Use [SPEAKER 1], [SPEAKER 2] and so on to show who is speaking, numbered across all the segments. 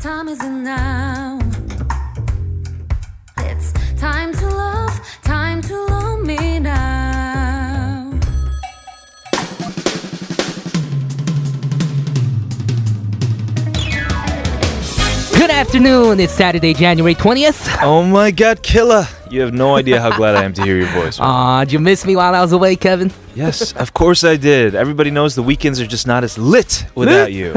[SPEAKER 1] time is it now? It's time to love, time to love me now.
[SPEAKER 2] Good afternoon. It's Saturday, January 20th.
[SPEAKER 3] Oh my God, killer! You have no idea how glad I am to hear your voice.
[SPEAKER 2] Aw, did you miss me while I was away, Kevin?
[SPEAKER 3] yes, of course I did. Everybody knows the weekends are just not as lit without you.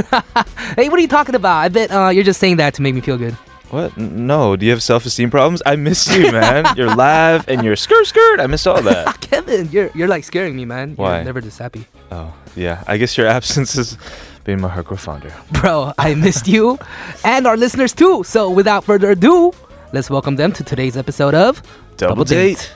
[SPEAKER 2] Hey, what are you talking about? I bet uh, you're just saying that to make me feel good.
[SPEAKER 3] What? N- No, do you have self-esteem problems? I missed you, man. Your laugh and your skirt, skirt. I missed all that.
[SPEAKER 2] Ah, Kevin, you're you're like scaring me, man.
[SPEAKER 3] Why?
[SPEAKER 2] You're never this happy.
[SPEAKER 3] Oh, yeah. I guess your absence has been my heart founder.
[SPEAKER 2] Bro, I missed you and our listeners too. So without further ado, let's welcome them to today's episode of
[SPEAKER 3] Double, date.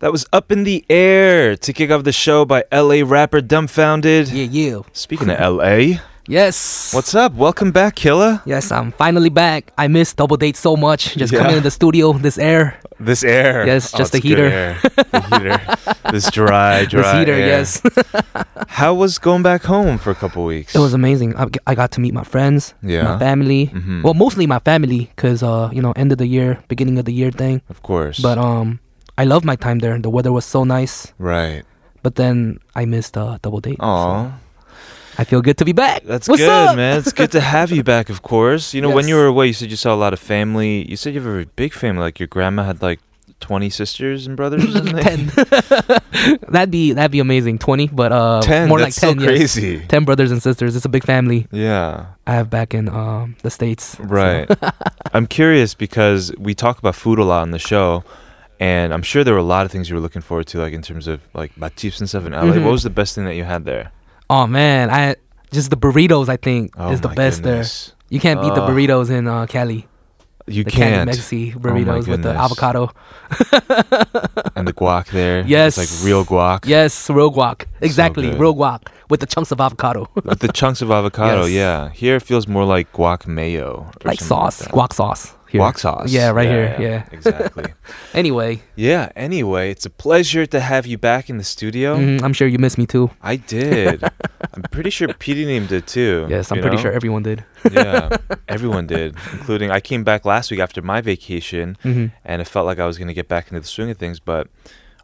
[SPEAKER 3] That was Up in the Air to kick off the show by LA rapper Dumbfounded.
[SPEAKER 2] Yeah, you.
[SPEAKER 3] Speaking of LA,
[SPEAKER 2] Yes.
[SPEAKER 3] what's up? Welcome back, Killa.
[SPEAKER 2] Yes, I'm finally back. I missed double date so much. Just
[SPEAKER 3] Yeah.
[SPEAKER 2] coming in the studio, this air,
[SPEAKER 3] This air. Oh,
[SPEAKER 2] Yes, just
[SPEAKER 3] the
[SPEAKER 2] the heater.
[SPEAKER 3] The heater. This dry, dry.
[SPEAKER 2] this heater.
[SPEAKER 3] air.
[SPEAKER 2] Yes,
[SPEAKER 3] How was going back home for a couple weeks?
[SPEAKER 2] it was amazing. I, I got to meet my friends,
[SPEAKER 3] Yeah.
[SPEAKER 2] my family.
[SPEAKER 3] Mhm.
[SPEAKER 2] Well, mostly my family, cause uh, you know, end of the year, beginning of the year thing.
[SPEAKER 3] Of course.
[SPEAKER 2] But um, I loved my time there. The weather was so nice.
[SPEAKER 3] right.
[SPEAKER 2] But then I missed uh, double date.
[SPEAKER 3] Aw.
[SPEAKER 2] I feel good to be back.
[SPEAKER 3] Oh. That's
[SPEAKER 2] What's
[SPEAKER 3] good,
[SPEAKER 2] up?
[SPEAKER 3] man. It's good to have you back, of course. You know, when
[SPEAKER 2] Yes.
[SPEAKER 3] you were away, you said you saw a lot of family. You said you have a very big family. Like your grandma had like 20 sisters and brothers or something.
[SPEAKER 2] ten. that'd be that'd be amazing. Twenty, but uh,
[SPEAKER 3] 10.
[SPEAKER 2] more like
[SPEAKER 3] That's
[SPEAKER 2] ten.
[SPEAKER 3] so
[SPEAKER 2] yes.
[SPEAKER 3] crazy.
[SPEAKER 2] Ten brothers and sisters. It's a big family
[SPEAKER 3] Yeah.
[SPEAKER 2] I have back in um the states.
[SPEAKER 3] Right. I'm curious because we talk about food a lot on the show, and I'm sure there were a lot of things you were looking forward to, like in terms of like matchips and stuff in LA. What
[SPEAKER 2] Mhm.
[SPEAKER 3] was the best thing that you had there?
[SPEAKER 2] Oh man, I just the burritos. I think
[SPEAKER 3] Oh
[SPEAKER 2] is the
[SPEAKER 3] my
[SPEAKER 2] best
[SPEAKER 3] goodness.
[SPEAKER 2] there. You can't beat the
[SPEAKER 3] Ugh.
[SPEAKER 2] burritos in uh, Cali.
[SPEAKER 3] You
[SPEAKER 2] the
[SPEAKER 3] can't. Oh
[SPEAKER 2] Cali Mexi
[SPEAKER 3] my
[SPEAKER 2] burritos with the
[SPEAKER 3] goodness.
[SPEAKER 2] avocado.
[SPEAKER 3] and the guac there.
[SPEAKER 2] Yes.
[SPEAKER 3] It's like real guac.
[SPEAKER 2] Yes, real guac. Exactly,
[SPEAKER 3] good.
[SPEAKER 2] real guac with the chunks of avocado,
[SPEAKER 3] With the chunks of avocado,
[SPEAKER 2] Yes.
[SPEAKER 3] yeah. Here it feels more like guac mayo. or
[SPEAKER 2] like
[SPEAKER 3] something
[SPEAKER 2] sauce,
[SPEAKER 3] that.
[SPEAKER 2] guac sauce. Here.
[SPEAKER 3] Guac sauce.
[SPEAKER 2] Yeah, right here. Yeah.
[SPEAKER 3] exactly.
[SPEAKER 2] Anyway,
[SPEAKER 3] Yeah, anyway, it's a pleasure to have you back in the studio.
[SPEAKER 2] mm, I'm sure you miss me too.
[SPEAKER 3] I did. I'm pretty sure PD Name did too.
[SPEAKER 2] Yes, I'm
[SPEAKER 3] you
[SPEAKER 2] pretty
[SPEAKER 3] know?
[SPEAKER 2] sure everyone did.
[SPEAKER 3] yeah, everyone did, including I came back last week after my vacation,
[SPEAKER 2] hmm
[SPEAKER 3] and it felt like I was going to get back into the swing of things. But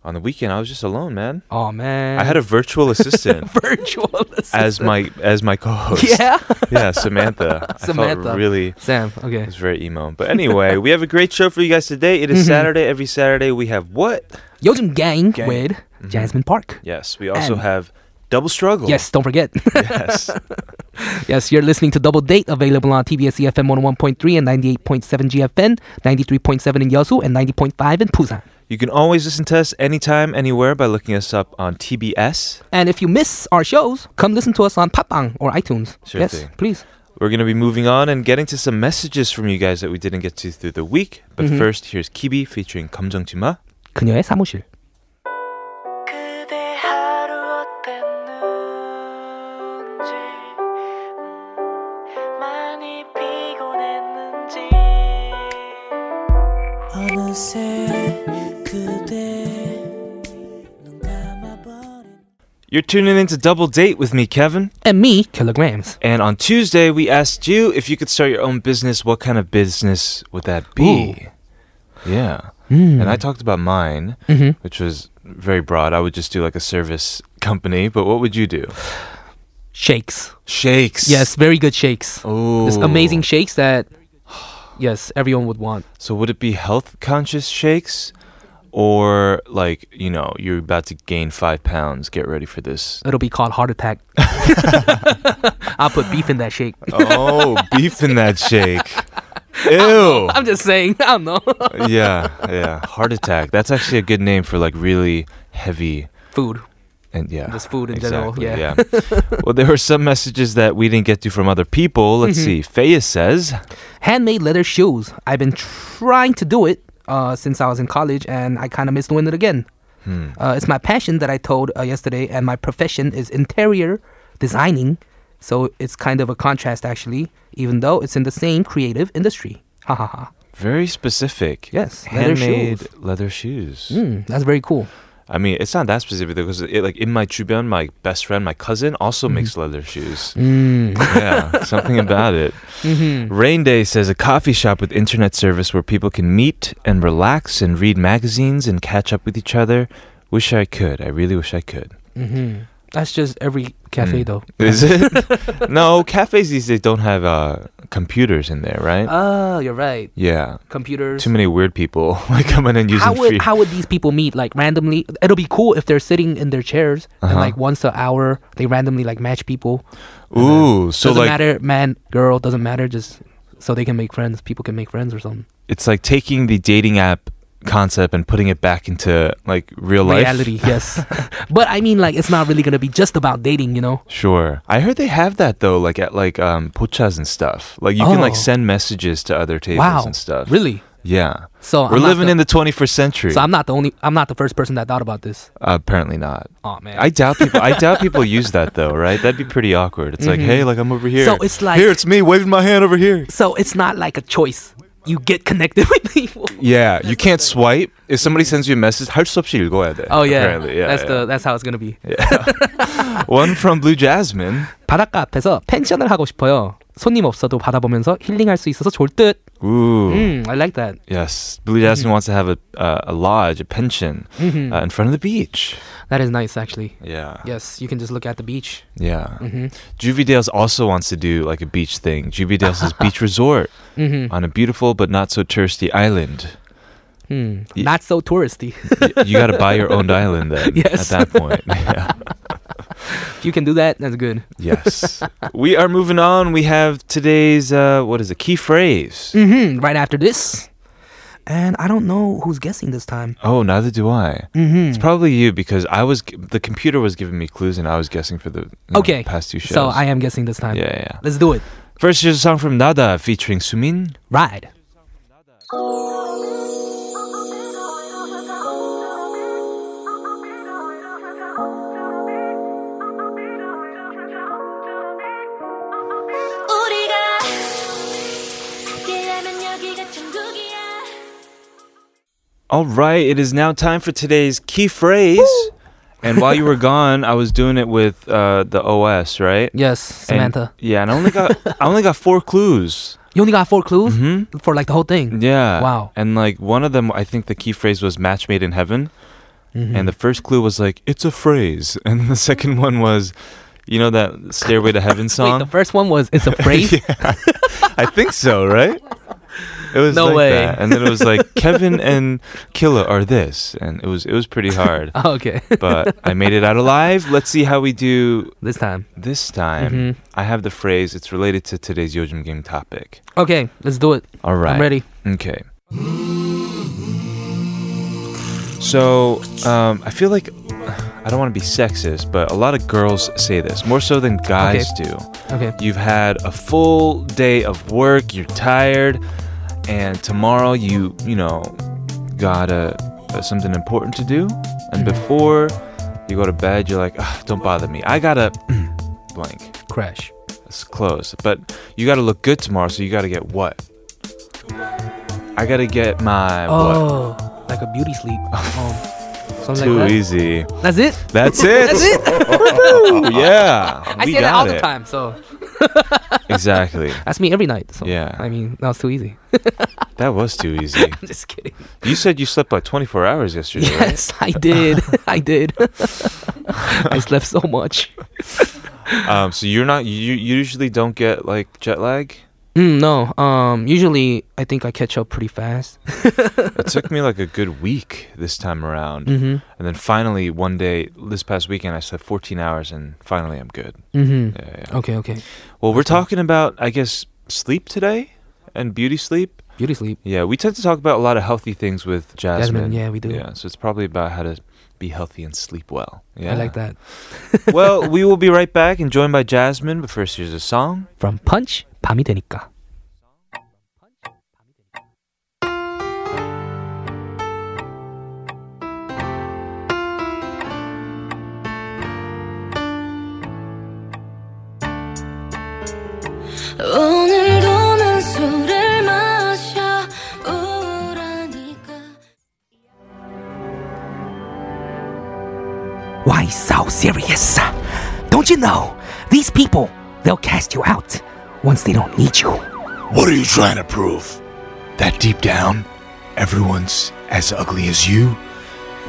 [SPEAKER 3] on the weekend, I was just alone, man.
[SPEAKER 2] Oh man,
[SPEAKER 3] I had a virtual assistant
[SPEAKER 2] virtual assistant.
[SPEAKER 3] as my as my co-host.
[SPEAKER 2] yeah,
[SPEAKER 3] yeah, Samantha. I
[SPEAKER 2] Samantha.
[SPEAKER 3] felt really.
[SPEAKER 2] Sam.
[SPEAKER 3] It
[SPEAKER 2] Okay.
[SPEAKER 3] was very emo. But anyway, we have a great show for you guys today. It is
[SPEAKER 2] Mhm.
[SPEAKER 3] Saturday. Every Saturday, we have what?
[SPEAKER 2] 요즘 gang,
[SPEAKER 3] Gang.
[SPEAKER 2] with
[SPEAKER 3] Mhm.
[SPEAKER 2] Jasmine Park.
[SPEAKER 3] Yes, we also
[SPEAKER 2] And-
[SPEAKER 3] have Double Struggle.
[SPEAKER 2] Yes, don't forget.
[SPEAKER 3] Yes.
[SPEAKER 2] yes, you're listening to Double Date, available on TBS EFM 101.3 and 98.7 GFN, 93.7 in Yeosu, and 90.5 in Busan.
[SPEAKER 3] you can always listen to us anytime, anywhere by looking us up on TBS.
[SPEAKER 2] And if you miss our shows, come listen to us on Papang or iTunes.
[SPEAKER 3] Sure
[SPEAKER 2] yes,
[SPEAKER 3] thing.
[SPEAKER 2] please.
[SPEAKER 3] We're going to be moving on and getting to some messages from you guys that we didn't get to through the week. But
[SPEAKER 2] Mhm.
[SPEAKER 3] first, here's Kibi featuring 검정지마.
[SPEAKER 2] 그녀의 사무실.
[SPEAKER 4] 그대 하루 어땠는지 음, 많이 피곤했는지 어느새 그대 눈 감아버린
[SPEAKER 3] You're tuning into Double Date with me, Kevin.
[SPEAKER 2] And me, kilograms.
[SPEAKER 3] And on Tuesday, we asked you if you could start your own business, what kind of business would that be? Yeah.
[SPEAKER 2] Mm.
[SPEAKER 3] And I talked about mine,
[SPEAKER 2] hmm
[SPEAKER 3] which was very broad. I would just do like a service company, but what would you do?
[SPEAKER 2] Shakes.
[SPEAKER 3] Shakes.
[SPEAKER 2] Yes, very good shakes.
[SPEAKER 3] Oh.
[SPEAKER 2] Just amazing shakes that, yes, everyone would want.
[SPEAKER 3] So would it be health conscious shakes? Or like, you know, you're about to gain five pounds, get ready for this.
[SPEAKER 2] It'll be called heart attack. I'll put beef in that shake.
[SPEAKER 3] Oh, beef in that shake. Ew.
[SPEAKER 2] I'm just saying. I don't know.
[SPEAKER 3] Yeah, yeah. Heart attack. That's actually a good name for like really heavy
[SPEAKER 2] Food.
[SPEAKER 3] and yeah.
[SPEAKER 2] Just food in general,
[SPEAKER 3] exactly, yeah. well, there were some messages that we didn't get to from other people. Let's
[SPEAKER 2] Mm-hmm.
[SPEAKER 3] see. Faya says,
[SPEAKER 2] Handmade leather shoes. I've been trying to do it uh, since I was in college, and I kind of missed doing it again.
[SPEAKER 3] Hmm.
[SPEAKER 2] Uh, it's my passion that I told uh, yesterday, and my profession is interior designing. So it's kind of a contrast, actually, even though it's in the same creative industry. Ha ha ha.
[SPEAKER 3] Very specific.
[SPEAKER 2] Yes, leather
[SPEAKER 3] Handmade
[SPEAKER 2] shoes.
[SPEAKER 3] leather shoes.
[SPEAKER 2] Mm, that's very cool.
[SPEAKER 3] I mean, it's not that specific because it, like in my Jubian, my best friend, my cousin also makes leather shoes.
[SPEAKER 2] Mm-hmm. Mm.
[SPEAKER 3] yeah, something about it.
[SPEAKER 2] hmm
[SPEAKER 3] Rain Day says a coffee shop with internet service where people can meet and relax and read magazines and catch up with each other. Wish I could. I really wish I could.
[SPEAKER 2] hmm That's just every cafe,
[SPEAKER 3] Mm.
[SPEAKER 2] though.
[SPEAKER 3] Is it? no, cafes these days don't have uh, computers in there, right?
[SPEAKER 2] Oh, you're right.
[SPEAKER 3] yeah.
[SPEAKER 2] Computers.
[SPEAKER 3] Too many weird people like coming and using
[SPEAKER 2] how would
[SPEAKER 3] free.
[SPEAKER 2] how would these people meet? Like randomly, it'll be cool if they're sitting in their chairs and
[SPEAKER 3] Uh-huh.
[SPEAKER 2] like once an hour they randomly like match people.
[SPEAKER 3] Ooh, so
[SPEAKER 2] doesn't
[SPEAKER 3] like
[SPEAKER 2] matter, man, girl, doesn't matter. Just so they can make friends, people can make friends or something.
[SPEAKER 3] it's like taking the dating app concept and putting it back into like real life.
[SPEAKER 2] Reality, yes. but I mean, like, it's not really gonna be just about dating, you know?
[SPEAKER 3] Sure. I heard they have that though, like at like um pochas and stuff. Like you can like
[SPEAKER 2] Oh.
[SPEAKER 3] send messages to other tables
[SPEAKER 2] wow,
[SPEAKER 3] and stuff.
[SPEAKER 2] really?
[SPEAKER 3] Yeah.
[SPEAKER 2] So
[SPEAKER 3] We're living in the 21st century.
[SPEAKER 2] So I'm not the only. I'm not the first person that thought about this.
[SPEAKER 3] Apparently not.
[SPEAKER 2] Oh man.
[SPEAKER 3] I doubt people. I doubt people use that though, right? That'd be pretty awkward. It's like,
[SPEAKER 2] Mhm.
[SPEAKER 3] hey, like I'm over here.
[SPEAKER 2] So it's like-
[SPEAKER 3] here, it's me waving my hand over here.
[SPEAKER 2] so it's not like a choice. You get connected with people.
[SPEAKER 3] Yeah, you can't swipe. If somebody sends you a message, 할 수 없이 읽어야 돼.
[SPEAKER 2] Oh yeah,
[SPEAKER 3] apparently. yeah
[SPEAKER 2] that's
[SPEAKER 3] yeah.
[SPEAKER 2] the that's how it's gonna be.
[SPEAKER 3] one from Blue Jasmine.
[SPEAKER 2] 바닷가 앞에서 펜션을 하고 싶어요. 손님 없어도 바다 보면서 힐링할 수 있어서 좋을 듯.
[SPEAKER 3] Ooh.
[SPEAKER 2] 음, I like that.
[SPEAKER 3] Yes, Blue
[SPEAKER 2] Mm-hmm.
[SPEAKER 3] Jasmine wants to have a uh, a lodge, a pension
[SPEAKER 2] Mhm.
[SPEAKER 3] uh, in front of the beach.
[SPEAKER 2] That is nice actually.
[SPEAKER 3] Yeah.
[SPEAKER 2] Yes, you can just look at the beach.
[SPEAKER 3] Yeah.
[SPEAKER 2] Mhm.
[SPEAKER 3] Juvie Dales also wants to do like a beach thing. Juvie Dales is beach resort
[SPEAKER 2] Mhm.
[SPEAKER 3] on a beautiful but not so touristy island.
[SPEAKER 2] Hmm.
[SPEAKER 3] Y-
[SPEAKER 2] Not so touristy.
[SPEAKER 3] Y- you got to buy your own island then
[SPEAKER 2] Yes.
[SPEAKER 3] at that point. Yeah.
[SPEAKER 2] if you can do that, that's good.
[SPEAKER 3] Yes. we are moving on. We have today's, uh, what is it, key phrase.
[SPEAKER 2] hmm Right after this, and I don't know who's guessing this time.
[SPEAKER 3] Oh, neither do I.
[SPEAKER 2] hmm
[SPEAKER 3] It's probably you because I was, g- the computer was giving me clues and I was guessing for the you
[SPEAKER 2] Mm,
[SPEAKER 3] know,
[SPEAKER 2] Okay.
[SPEAKER 3] past two shows.
[SPEAKER 2] So I am guessing this time.
[SPEAKER 3] Yeah, yeah.
[SPEAKER 2] Let's do it.
[SPEAKER 3] First, here's a song from Nada featuring Sumin.
[SPEAKER 2] Ride.
[SPEAKER 1] 우리가 함께하면 여기가 천국이야
[SPEAKER 3] All right, it is now time for today's key phrase. And while you were gone, I was doing it with uh, the OS, right?
[SPEAKER 2] Yes,
[SPEAKER 3] And-
[SPEAKER 2] Samantha.
[SPEAKER 3] yeah, and I only got I only got four clues.
[SPEAKER 2] you only got four clues
[SPEAKER 3] hmm
[SPEAKER 2] for like the whole thing.
[SPEAKER 3] Yeah.
[SPEAKER 2] Wow.
[SPEAKER 3] And like one of them, I think the key phrase was "match made in heaven," and the first clue was like "it's a phrase," and the second one was, you know, that "Stairway to Heaven"
[SPEAKER 2] Wait,
[SPEAKER 3] song.
[SPEAKER 2] the first one was it's a phrase.
[SPEAKER 3] I think so, right? It was
[SPEAKER 2] No
[SPEAKER 3] like
[SPEAKER 2] way.
[SPEAKER 3] that. and then it was like Kevin and Killa are this, and it was it was pretty hard.
[SPEAKER 2] Oh, okay,
[SPEAKER 3] but I made it out alive. Let's see how we do
[SPEAKER 2] this time.
[SPEAKER 3] this time.
[SPEAKER 2] Mhm.
[SPEAKER 3] I have the phrase. It's related to today's Yojim game topic.
[SPEAKER 2] Okay, let's do it.
[SPEAKER 3] All right.
[SPEAKER 2] I'm ready.
[SPEAKER 3] Okay. So um, I feel like I don't want to be sexist, but a lot of girls say this more so than guys do.
[SPEAKER 2] Okay.
[SPEAKER 3] You've had a full day of work. You're tired, and tomorrow you you know got a, something important to do. And
[SPEAKER 2] Mm-hmm.
[SPEAKER 3] before you go to bed, you're like, "Ugh, don't bother me. I gotta blank.
[SPEAKER 2] Crash.
[SPEAKER 3] It's close, but you gotta look good tomorrow. So you gotta get what? I gotta get my what?
[SPEAKER 2] Oh, like a beauty sleep. Oh, something
[SPEAKER 3] Too
[SPEAKER 2] like that.
[SPEAKER 3] easy.
[SPEAKER 2] That's it.
[SPEAKER 3] That's it.
[SPEAKER 2] That's it.
[SPEAKER 3] Woo, yeah.
[SPEAKER 2] I
[SPEAKER 3] we
[SPEAKER 2] say that all
[SPEAKER 3] got
[SPEAKER 2] the
[SPEAKER 3] it.
[SPEAKER 2] time. So
[SPEAKER 3] Exactly.
[SPEAKER 2] that's me every night. So
[SPEAKER 3] Yeah.
[SPEAKER 2] I mean, that was too easy.
[SPEAKER 3] That was too easy.
[SPEAKER 2] Just kidding.
[SPEAKER 3] You said you slept like 24 hours yesterday. right?
[SPEAKER 2] Yes, I did. I did. I slept so much.
[SPEAKER 3] Um, so you're not you you usually don't get like jet lag.
[SPEAKER 2] Mm, no. Um. Usually, I think I catch up pretty fast.
[SPEAKER 3] It took me like a good week this time around,
[SPEAKER 2] Mm-hmm.
[SPEAKER 3] and then finally one day this past weekend I slept 14 hours, and finally I'm good.
[SPEAKER 2] Mm-hmm.
[SPEAKER 3] Yeah, yeah.
[SPEAKER 2] Okay. Okay.
[SPEAKER 3] Well, we're talking about I guess sleep today and beauty sleep.
[SPEAKER 2] Beauty sleep.
[SPEAKER 3] Yeah, we tend to talk about a lot of healthy things with
[SPEAKER 2] Jasmine,
[SPEAKER 3] Jasmine.
[SPEAKER 2] yeah, we do.
[SPEAKER 3] Yeah, so it's probably about how to be healthy and sleep well. Yeah,
[SPEAKER 2] I like that.
[SPEAKER 3] well, we will be right back and joined by Jasmine. But first, here's a song.
[SPEAKER 2] From punch, 밤이 되니까.
[SPEAKER 1] 오늘도 난 술을 마셔 우울하니까
[SPEAKER 2] Why so serious? Don't you know? These people, they'll cast you out once they don't need you.
[SPEAKER 5] What are you trying to prove? That deep down, everyone's as ugly as you?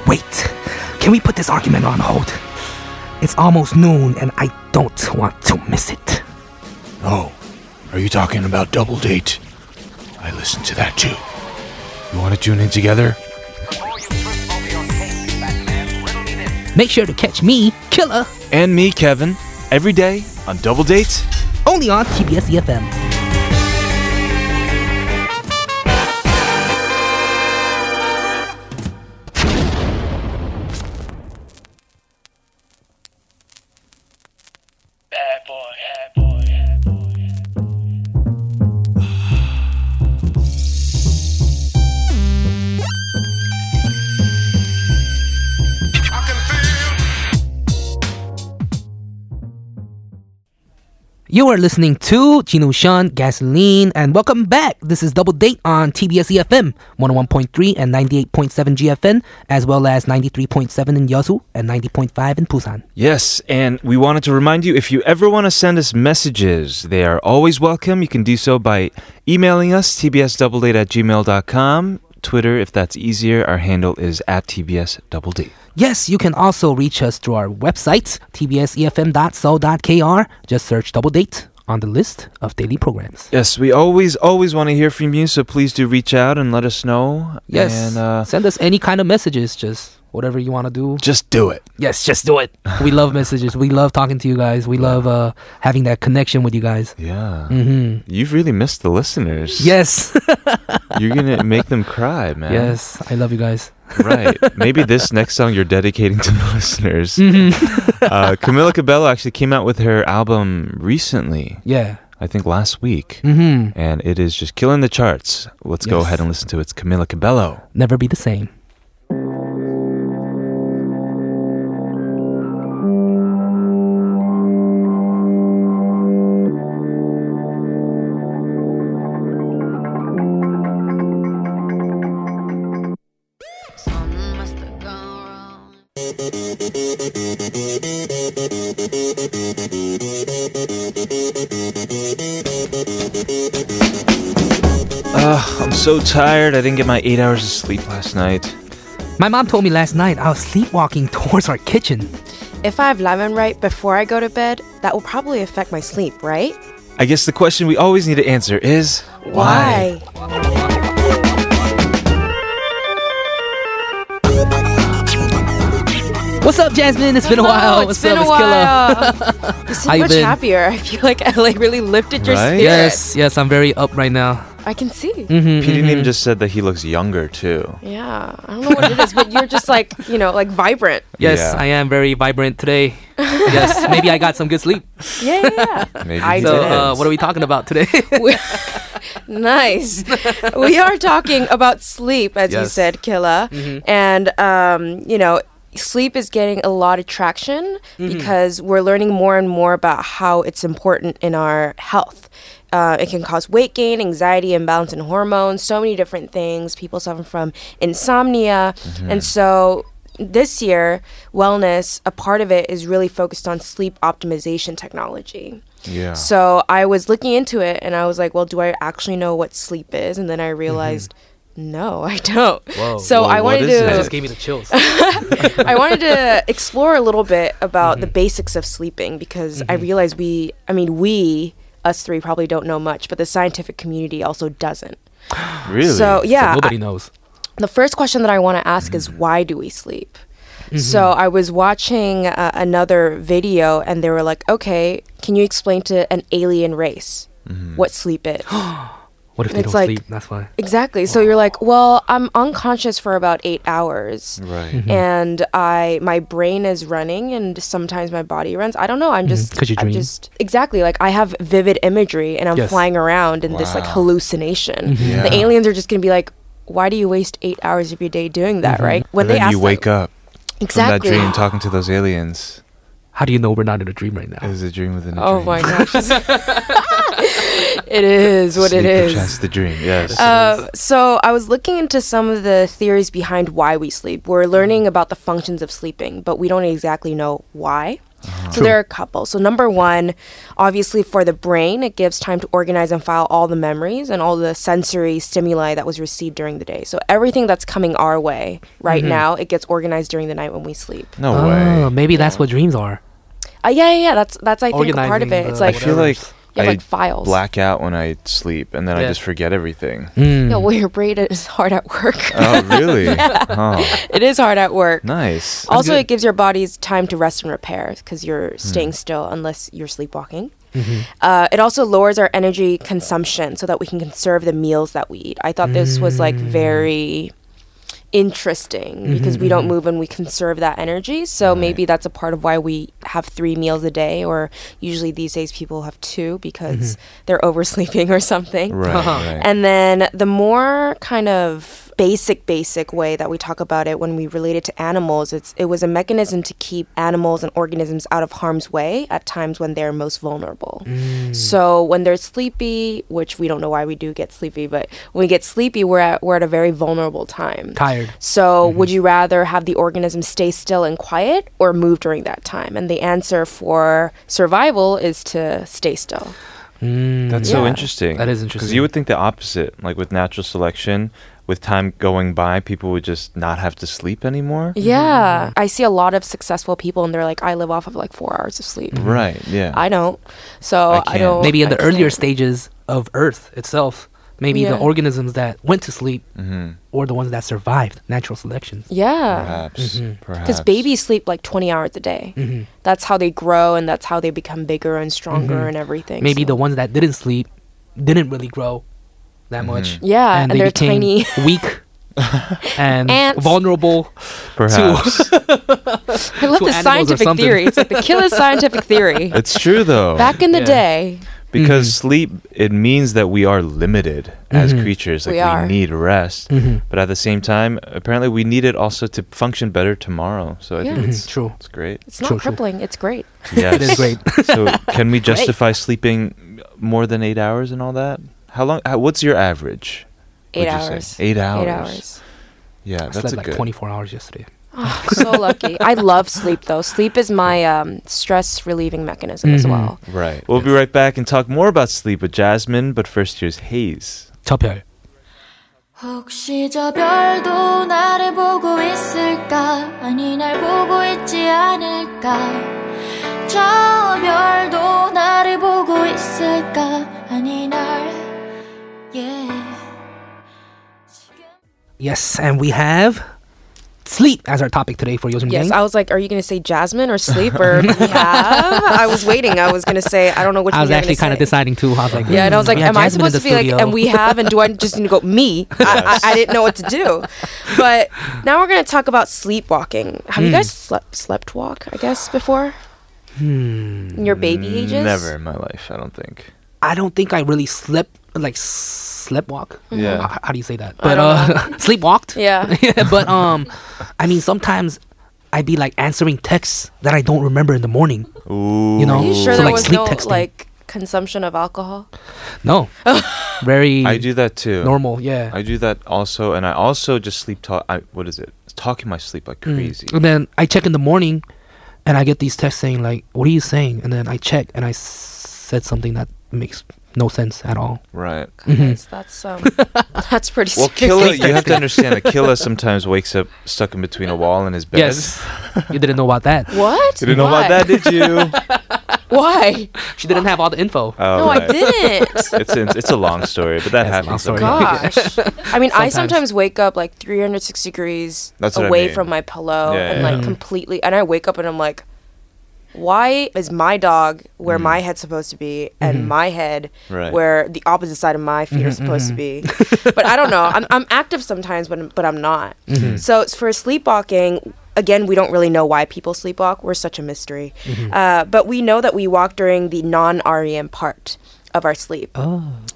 [SPEAKER 2] Wait, can we put this argument on hold? It's almost noon and I don't want to miss it.
[SPEAKER 5] Oh, are you talking about Double Date? I listened to that too. You want to tune in together?
[SPEAKER 2] Make sure to catch me, Killer,
[SPEAKER 3] And me, Kevin, every day on Double Date.
[SPEAKER 2] only on TBS EFM. You are listening to Jinu Sean Gasoline, and welcome back. This is Double Date on TBS EFM 101.3 and 98.7 GFN, as well as 93.7 in Yeosu and 90.5 in Busan.
[SPEAKER 3] Yes, and we wanted to remind you if you ever want to send us messages, they are always welcome. You can do so by emailing us, tbsdoubledate at gmail.com. Twitter, if that's easier, our handle is at tbsdoubledate.
[SPEAKER 2] Yes, you can also reach us through our website, E tbsefm.so.kr. Just search Double Date on the list of daily programs.
[SPEAKER 3] Yes, we always, always want to hear from you, so please do reach out and let us know.
[SPEAKER 2] Yes,
[SPEAKER 3] And, uh,
[SPEAKER 2] send us any kind of messages, just whatever you want to do.
[SPEAKER 5] Just do it.
[SPEAKER 2] Yes, just do it. we love messages. We love talking to you guys. We love uh, having that connection with you guys.
[SPEAKER 3] yeah.
[SPEAKER 2] hmm
[SPEAKER 3] Mm. You've really missed the listeners.
[SPEAKER 2] Yes.
[SPEAKER 3] You're going to make them cry, man.
[SPEAKER 2] Yes, I love you guys.
[SPEAKER 3] right. Maybe this next song you're dedicating to the listeners.
[SPEAKER 2] Hmm. Mm-hmm.
[SPEAKER 3] uh, Camila Cabello actually came out with her album recently,
[SPEAKER 2] Yeah.
[SPEAKER 3] I think last week,
[SPEAKER 2] Mm-hmm.
[SPEAKER 3] and it is just killing the charts. Let's go
[SPEAKER 2] Yes.
[SPEAKER 3] ahead and listen to it. It's Camila Cabello.
[SPEAKER 2] Never be the same.
[SPEAKER 3] Ugh, I'm so tired. I didn't get my eight hours of sleep last night.
[SPEAKER 2] My mom told me last night I was sleepwalking towards our kitchen.
[SPEAKER 6] If I have lemon right before I go to bed, that will probably affect my sleep, right?
[SPEAKER 3] I guess the question we always need to answer is
[SPEAKER 2] What's up, Jasmine? It's been a
[SPEAKER 6] I know,
[SPEAKER 2] while. What's
[SPEAKER 6] Oh, it's
[SPEAKER 2] up,
[SPEAKER 6] been a
[SPEAKER 2] it's Killa.
[SPEAKER 6] while. you
[SPEAKER 2] How
[SPEAKER 6] seem
[SPEAKER 2] you
[SPEAKER 6] much
[SPEAKER 2] been?
[SPEAKER 6] happier. I feel like LA really lifted your
[SPEAKER 3] Right?
[SPEAKER 6] spirit.
[SPEAKER 2] Yes, yes, I'm very up right now.
[SPEAKER 6] I can see.
[SPEAKER 3] PD
[SPEAKER 6] Mm-hmm.
[SPEAKER 3] Nim just said that he looks younger too.
[SPEAKER 6] Yeah, I don't know what it is, but you're just like you know, like vibrant.
[SPEAKER 2] Yes,
[SPEAKER 3] Yeah.
[SPEAKER 2] I am very vibrant today. yes, maybe I got some good sleep.
[SPEAKER 6] Yeah, yeah, yeah.
[SPEAKER 3] Maybe
[SPEAKER 6] I
[SPEAKER 3] he
[SPEAKER 2] So,
[SPEAKER 6] did.
[SPEAKER 2] uh, what are we talking about today?
[SPEAKER 6] We- nice. we are talking about sleep, as you
[SPEAKER 2] Yes.
[SPEAKER 6] said, Killa. And, um, you know, sleep is getting a lot of traction because we're learning more and more about how it's important in our health. Uh, it can cause weight gain, anxiety, imbalance in hormones, so many different things. People suffer from insomnia. And so this year, wellness, a part of it is really focused on sleep optimization technology.
[SPEAKER 3] yeah.
[SPEAKER 6] So I was looking into it and I was like, well, do I actually know what sleep is? And then I realized, no, I don't. So
[SPEAKER 3] Well,
[SPEAKER 6] I
[SPEAKER 3] Mm-hmm. what
[SPEAKER 6] wanted
[SPEAKER 3] is
[SPEAKER 2] that
[SPEAKER 3] it?
[SPEAKER 2] just
[SPEAKER 6] to
[SPEAKER 2] gave me the chills.
[SPEAKER 6] I wanted to explore a little bit about
[SPEAKER 3] Mm-hmm.
[SPEAKER 6] the basics of sleeping because I realized we, I mean, we us three probably don't know much, but the scientific community also doesn't.
[SPEAKER 3] really.
[SPEAKER 6] So yeah, I-
[SPEAKER 2] Nobody knows.
[SPEAKER 6] the first question that I want to ask
[SPEAKER 3] Mm-hmm.
[SPEAKER 6] is why do we sleep? So I was watching uh, another video and they were like, okay, can you explain to an alien race
[SPEAKER 3] Mm-hmm.
[SPEAKER 6] what sleep is?
[SPEAKER 2] What if they
[SPEAKER 6] It's
[SPEAKER 2] don't
[SPEAKER 6] like-
[SPEAKER 2] sleep? That's why.
[SPEAKER 6] Exactly. So you're like, well, I'm unconscious for about eight hours,
[SPEAKER 3] Right.
[SPEAKER 6] and I my brain is running, and sometimes my body runs. I don't know.
[SPEAKER 3] Mm-hmm.
[SPEAKER 6] I'm just
[SPEAKER 2] 'cause you
[SPEAKER 6] I'm
[SPEAKER 2] dream.
[SPEAKER 6] just exactly like I have vivid imagery, and I'm
[SPEAKER 2] Yes.
[SPEAKER 6] flying around in this like
[SPEAKER 3] Wow. Mm-hmm.
[SPEAKER 6] hallucination.
[SPEAKER 3] Yeah.
[SPEAKER 6] The aliens are just gonna be like, why do you waste eight hours of your day doing that? Right?
[SPEAKER 3] When
[SPEAKER 6] they
[SPEAKER 3] Mm-hmm. then you
[SPEAKER 6] them-
[SPEAKER 3] wake up from
[SPEAKER 6] exactly.
[SPEAKER 3] that dream talking to those aliens.
[SPEAKER 2] How do you know we're not in a dream right
[SPEAKER 3] It
[SPEAKER 2] now?
[SPEAKER 3] was a dream within a
[SPEAKER 6] Oh
[SPEAKER 3] dream.
[SPEAKER 6] my gosh. it is what
[SPEAKER 3] Sleep
[SPEAKER 6] it is.
[SPEAKER 3] Just the dream. Yes.
[SPEAKER 6] Uh, so I was looking into some of the theories behind why we sleep. We're learning about the functions of sleeping, but we don't exactly know why.
[SPEAKER 3] Uh-huh.
[SPEAKER 6] So there are a couple. So number one, obviously for the brain, it gives time to organize and file all the memories and all the sensory stimuli that was received during the day. So everything that's coming our way right
[SPEAKER 3] Mm-hmm.
[SPEAKER 6] now, it gets organized during the night when we sleep.
[SPEAKER 3] no
[SPEAKER 2] Oh,
[SPEAKER 3] way.
[SPEAKER 2] maybe that's what dreams are.
[SPEAKER 6] Uh, yeah, yeah, yeah. That's that's I think a part of
[SPEAKER 2] Organizing
[SPEAKER 6] it.
[SPEAKER 2] the
[SPEAKER 6] It's
[SPEAKER 3] I
[SPEAKER 6] like
[SPEAKER 3] feel
[SPEAKER 2] whatever.
[SPEAKER 3] like
[SPEAKER 6] you have
[SPEAKER 3] I
[SPEAKER 6] like files.
[SPEAKER 3] black out when I sleep, and then I
[SPEAKER 2] Yeah.
[SPEAKER 3] just forget everything.
[SPEAKER 6] Yeah,
[SPEAKER 2] Hmm.
[SPEAKER 6] well, your brain is hard at work.
[SPEAKER 3] oh, really? Oh,
[SPEAKER 6] it is hard at work.
[SPEAKER 3] nice.
[SPEAKER 6] also,
[SPEAKER 2] good.
[SPEAKER 6] it gives your body's time to rest and repair because you're staying still unless you're sleepwalking. Uh, it also lowers our energy consumption so that we can conserve the meals that we eat. I thought this was like very interesting because we don't move and we conserve that energy. So maybe that's a part of why we have three meals a day, or usually these days people have two because they're oversleeping or something.
[SPEAKER 3] Right.
[SPEAKER 2] uh-huh.
[SPEAKER 3] right.
[SPEAKER 6] And then the more kind of basic basic way that we talk about it when we relate it to animals it's it was a mechanism to keep animals and organisms out of harm's way at times when they're most vulnerable so when they're sleepy which we don't know why we do get sleepy but when we get sleepy we're at we're at a very vulnerable time
[SPEAKER 2] Tired.
[SPEAKER 6] so, would you rather have the organism stay still and quiet or move during that time? And the answer for survival is to stay still.
[SPEAKER 2] Hmm.
[SPEAKER 3] That's so
[SPEAKER 6] Yeah.
[SPEAKER 3] interesting.
[SPEAKER 2] That is
[SPEAKER 3] Because
[SPEAKER 2] interesting.
[SPEAKER 3] you would think the opposite. Like with natural selection, with time going by, people would just not have to sleep anymore.
[SPEAKER 6] Yeah.
[SPEAKER 2] Mm-hmm.
[SPEAKER 6] I see a lot of successful people and they're like, I live off of like four hours of sleep.
[SPEAKER 3] Right. Yeah.
[SPEAKER 6] I don't. So,
[SPEAKER 3] I
[SPEAKER 6] I,
[SPEAKER 3] can't.
[SPEAKER 6] don't.
[SPEAKER 2] Maybe in
[SPEAKER 6] I
[SPEAKER 2] the earlier
[SPEAKER 6] can't.
[SPEAKER 2] stages of Earth itself, maybe the
[SPEAKER 6] Yeah.
[SPEAKER 2] organisms that went to sleep
[SPEAKER 3] Mm-hmm.
[SPEAKER 2] or the ones that survived natural selection.
[SPEAKER 6] Yeah.
[SPEAKER 3] Perhaps.
[SPEAKER 2] Mm-hmm.
[SPEAKER 3] Perhaps.
[SPEAKER 6] Because babies sleep like 20 hours a day. That's how they grow and that's how they become bigger and stronger and everything.
[SPEAKER 2] Mm-hmm. Maybe
[SPEAKER 6] so-
[SPEAKER 2] the ones that didn't sleep didn't really grow that
[SPEAKER 3] Mm-hmm.
[SPEAKER 2] much.
[SPEAKER 6] Yeah, and
[SPEAKER 2] they
[SPEAKER 6] they're
[SPEAKER 2] became
[SPEAKER 6] tiny.
[SPEAKER 2] weak and
[SPEAKER 6] Ants.
[SPEAKER 2] vulnerable.
[SPEAKER 3] Perhaps.
[SPEAKER 6] I love
[SPEAKER 2] to animals or
[SPEAKER 6] the scientific
[SPEAKER 2] something.
[SPEAKER 6] theory. It's like the killer scientific theory.
[SPEAKER 3] it's true though.
[SPEAKER 6] Back in the
[SPEAKER 2] Yeah.
[SPEAKER 6] day,
[SPEAKER 3] because
[SPEAKER 2] Mm-hmm.
[SPEAKER 3] sleep it means that we are limited as creatures. Like
[SPEAKER 6] We are.
[SPEAKER 3] need rest,
[SPEAKER 2] Mm-hmm.
[SPEAKER 3] but at the same time, apparently we need it also to function better tomorrow. So I
[SPEAKER 6] Yeah.
[SPEAKER 3] think it's
[SPEAKER 2] Mm-hmm. True.
[SPEAKER 3] It's great.
[SPEAKER 6] it's not
[SPEAKER 2] True, true.
[SPEAKER 6] crippling, it's great.
[SPEAKER 3] Yes.
[SPEAKER 2] It is great.
[SPEAKER 3] so can we justify sleeping more than eight hours and all that? How long? How, what's your average?
[SPEAKER 6] Eight
[SPEAKER 3] would you say?
[SPEAKER 6] hours.
[SPEAKER 3] Eight hours.
[SPEAKER 6] Eight hours.
[SPEAKER 3] Yeah,
[SPEAKER 2] I
[SPEAKER 3] that's
[SPEAKER 2] slept like
[SPEAKER 3] a good.
[SPEAKER 2] 24 hours yesterday.
[SPEAKER 6] Oh, so lucky. I love sleep though. Sleep is my um, stress relieving mechanism as
[SPEAKER 2] Mhm.
[SPEAKER 6] well.
[SPEAKER 3] Right. We'll be right back and talk more about sleep with Jasmine, but first here's Haze.
[SPEAKER 2] 첫별.
[SPEAKER 1] 혹시 저 별도 나를 보고 있을까? 아니, 날 보고 있지 않을까? 저 별도 나를 보고 있을까? 아니, 날, yeah.
[SPEAKER 2] Yes, and we have sleep as our topic today for Yosung
[SPEAKER 6] Yes,
[SPEAKER 2] Gang.
[SPEAKER 6] I was like, are you going to say Jasmine or sleep or we have? I was waiting. I was going to say, I don't know which
[SPEAKER 2] I was
[SPEAKER 6] one
[SPEAKER 2] actually
[SPEAKER 6] kind of
[SPEAKER 2] deciding too. I was like,
[SPEAKER 6] Yeah, and I was
[SPEAKER 2] "Hmm,
[SPEAKER 6] like,
[SPEAKER 2] we have
[SPEAKER 6] am I
[SPEAKER 2] Jasmine in
[SPEAKER 6] supposed
[SPEAKER 2] the
[SPEAKER 6] to be like,
[SPEAKER 2] studio."
[SPEAKER 6] and we have, and do I just need to go, me? I, I, I didn't know what to do. But now we're going to talk about sleepwalking. Have
[SPEAKER 2] Hmm.
[SPEAKER 6] you guys slept, slept walk, I guess, before? Hmm. In your baby ages?
[SPEAKER 3] Mm, Never in my life, I don't think.
[SPEAKER 2] I don't think I really slept like sleptwalk.
[SPEAKER 3] Yeah.
[SPEAKER 2] H- how do you say that? But
[SPEAKER 6] don't
[SPEAKER 2] uh, sleepwalked.
[SPEAKER 6] Yeah.
[SPEAKER 2] but um, I mean sometimes I'd be like answering texts that I don't remember in the morning.
[SPEAKER 3] Ooh.
[SPEAKER 2] You know,
[SPEAKER 6] Are you sure
[SPEAKER 2] Oh, So,
[SPEAKER 6] there
[SPEAKER 2] like,
[SPEAKER 6] was
[SPEAKER 2] sleep
[SPEAKER 6] no
[SPEAKER 2] texting.
[SPEAKER 6] like consumption of alcohol?
[SPEAKER 2] No, very
[SPEAKER 3] I do that too.
[SPEAKER 2] normal. Yeah.
[SPEAKER 3] I do that also, and I also just sleep talk. I, what is it? Talk in my sleep
[SPEAKER 2] Mm.
[SPEAKER 3] like crazy.
[SPEAKER 2] And then I check in the morning, and I get these texts saying like, "What are you saying?" And then I check, and I s- said something that makes no sense at all.
[SPEAKER 3] Right.
[SPEAKER 2] Mm-hmm.
[SPEAKER 6] Guys, that's um, that's pretty.
[SPEAKER 3] Well,
[SPEAKER 6] serious.
[SPEAKER 3] Killa, you have to understand that Killa sometimes wakes up stuck in between a wall and his bed.
[SPEAKER 2] Yes. you didn't know about that.
[SPEAKER 6] What?
[SPEAKER 3] You didn't know
[SPEAKER 6] Why?
[SPEAKER 3] about that, did you?
[SPEAKER 6] Why?
[SPEAKER 2] She didn't have all the info.
[SPEAKER 3] Oh,
[SPEAKER 6] no, I
[SPEAKER 3] right.
[SPEAKER 6] didn't.
[SPEAKER 3] It's, it's it's a long story, but that
[SPEAKER 2] That's a long story.
[SPEAKER 3] happens. sometimes.
[SPEAKER 6] Gosh. I mean, I
[SPEAKER 2] Sometimes.
[SPEAKER 6] sometimes wake up like 360 degrees
[SPEAKER 3] That's what I
[SPEAKER 6] away
[SPEAKER 3] mean.
[SPEAKER 6] from my pillow
[SPEAKER 3] Yeah,
[SPEAKER 6] and
[SPEAKER 3] yeah,
[SPEAKER 6] like
[SPEAKER 3] yeah.
[SPEAKER 6] completely. And I wake up and I'm like, why is my dog where my head's supposed to be and my head
[SPEAKER 3] Right.
[SPEAKER 6] where the opposite side of my feet are supposed to be? but I don't know. I'm, I'm active sometimes, but, but I'm not. So it's for sleepwalking, again, we don't really know why people sleepwalk. We're such a mystery. Uh, but we know that we walk during the non REM part. of our sleep.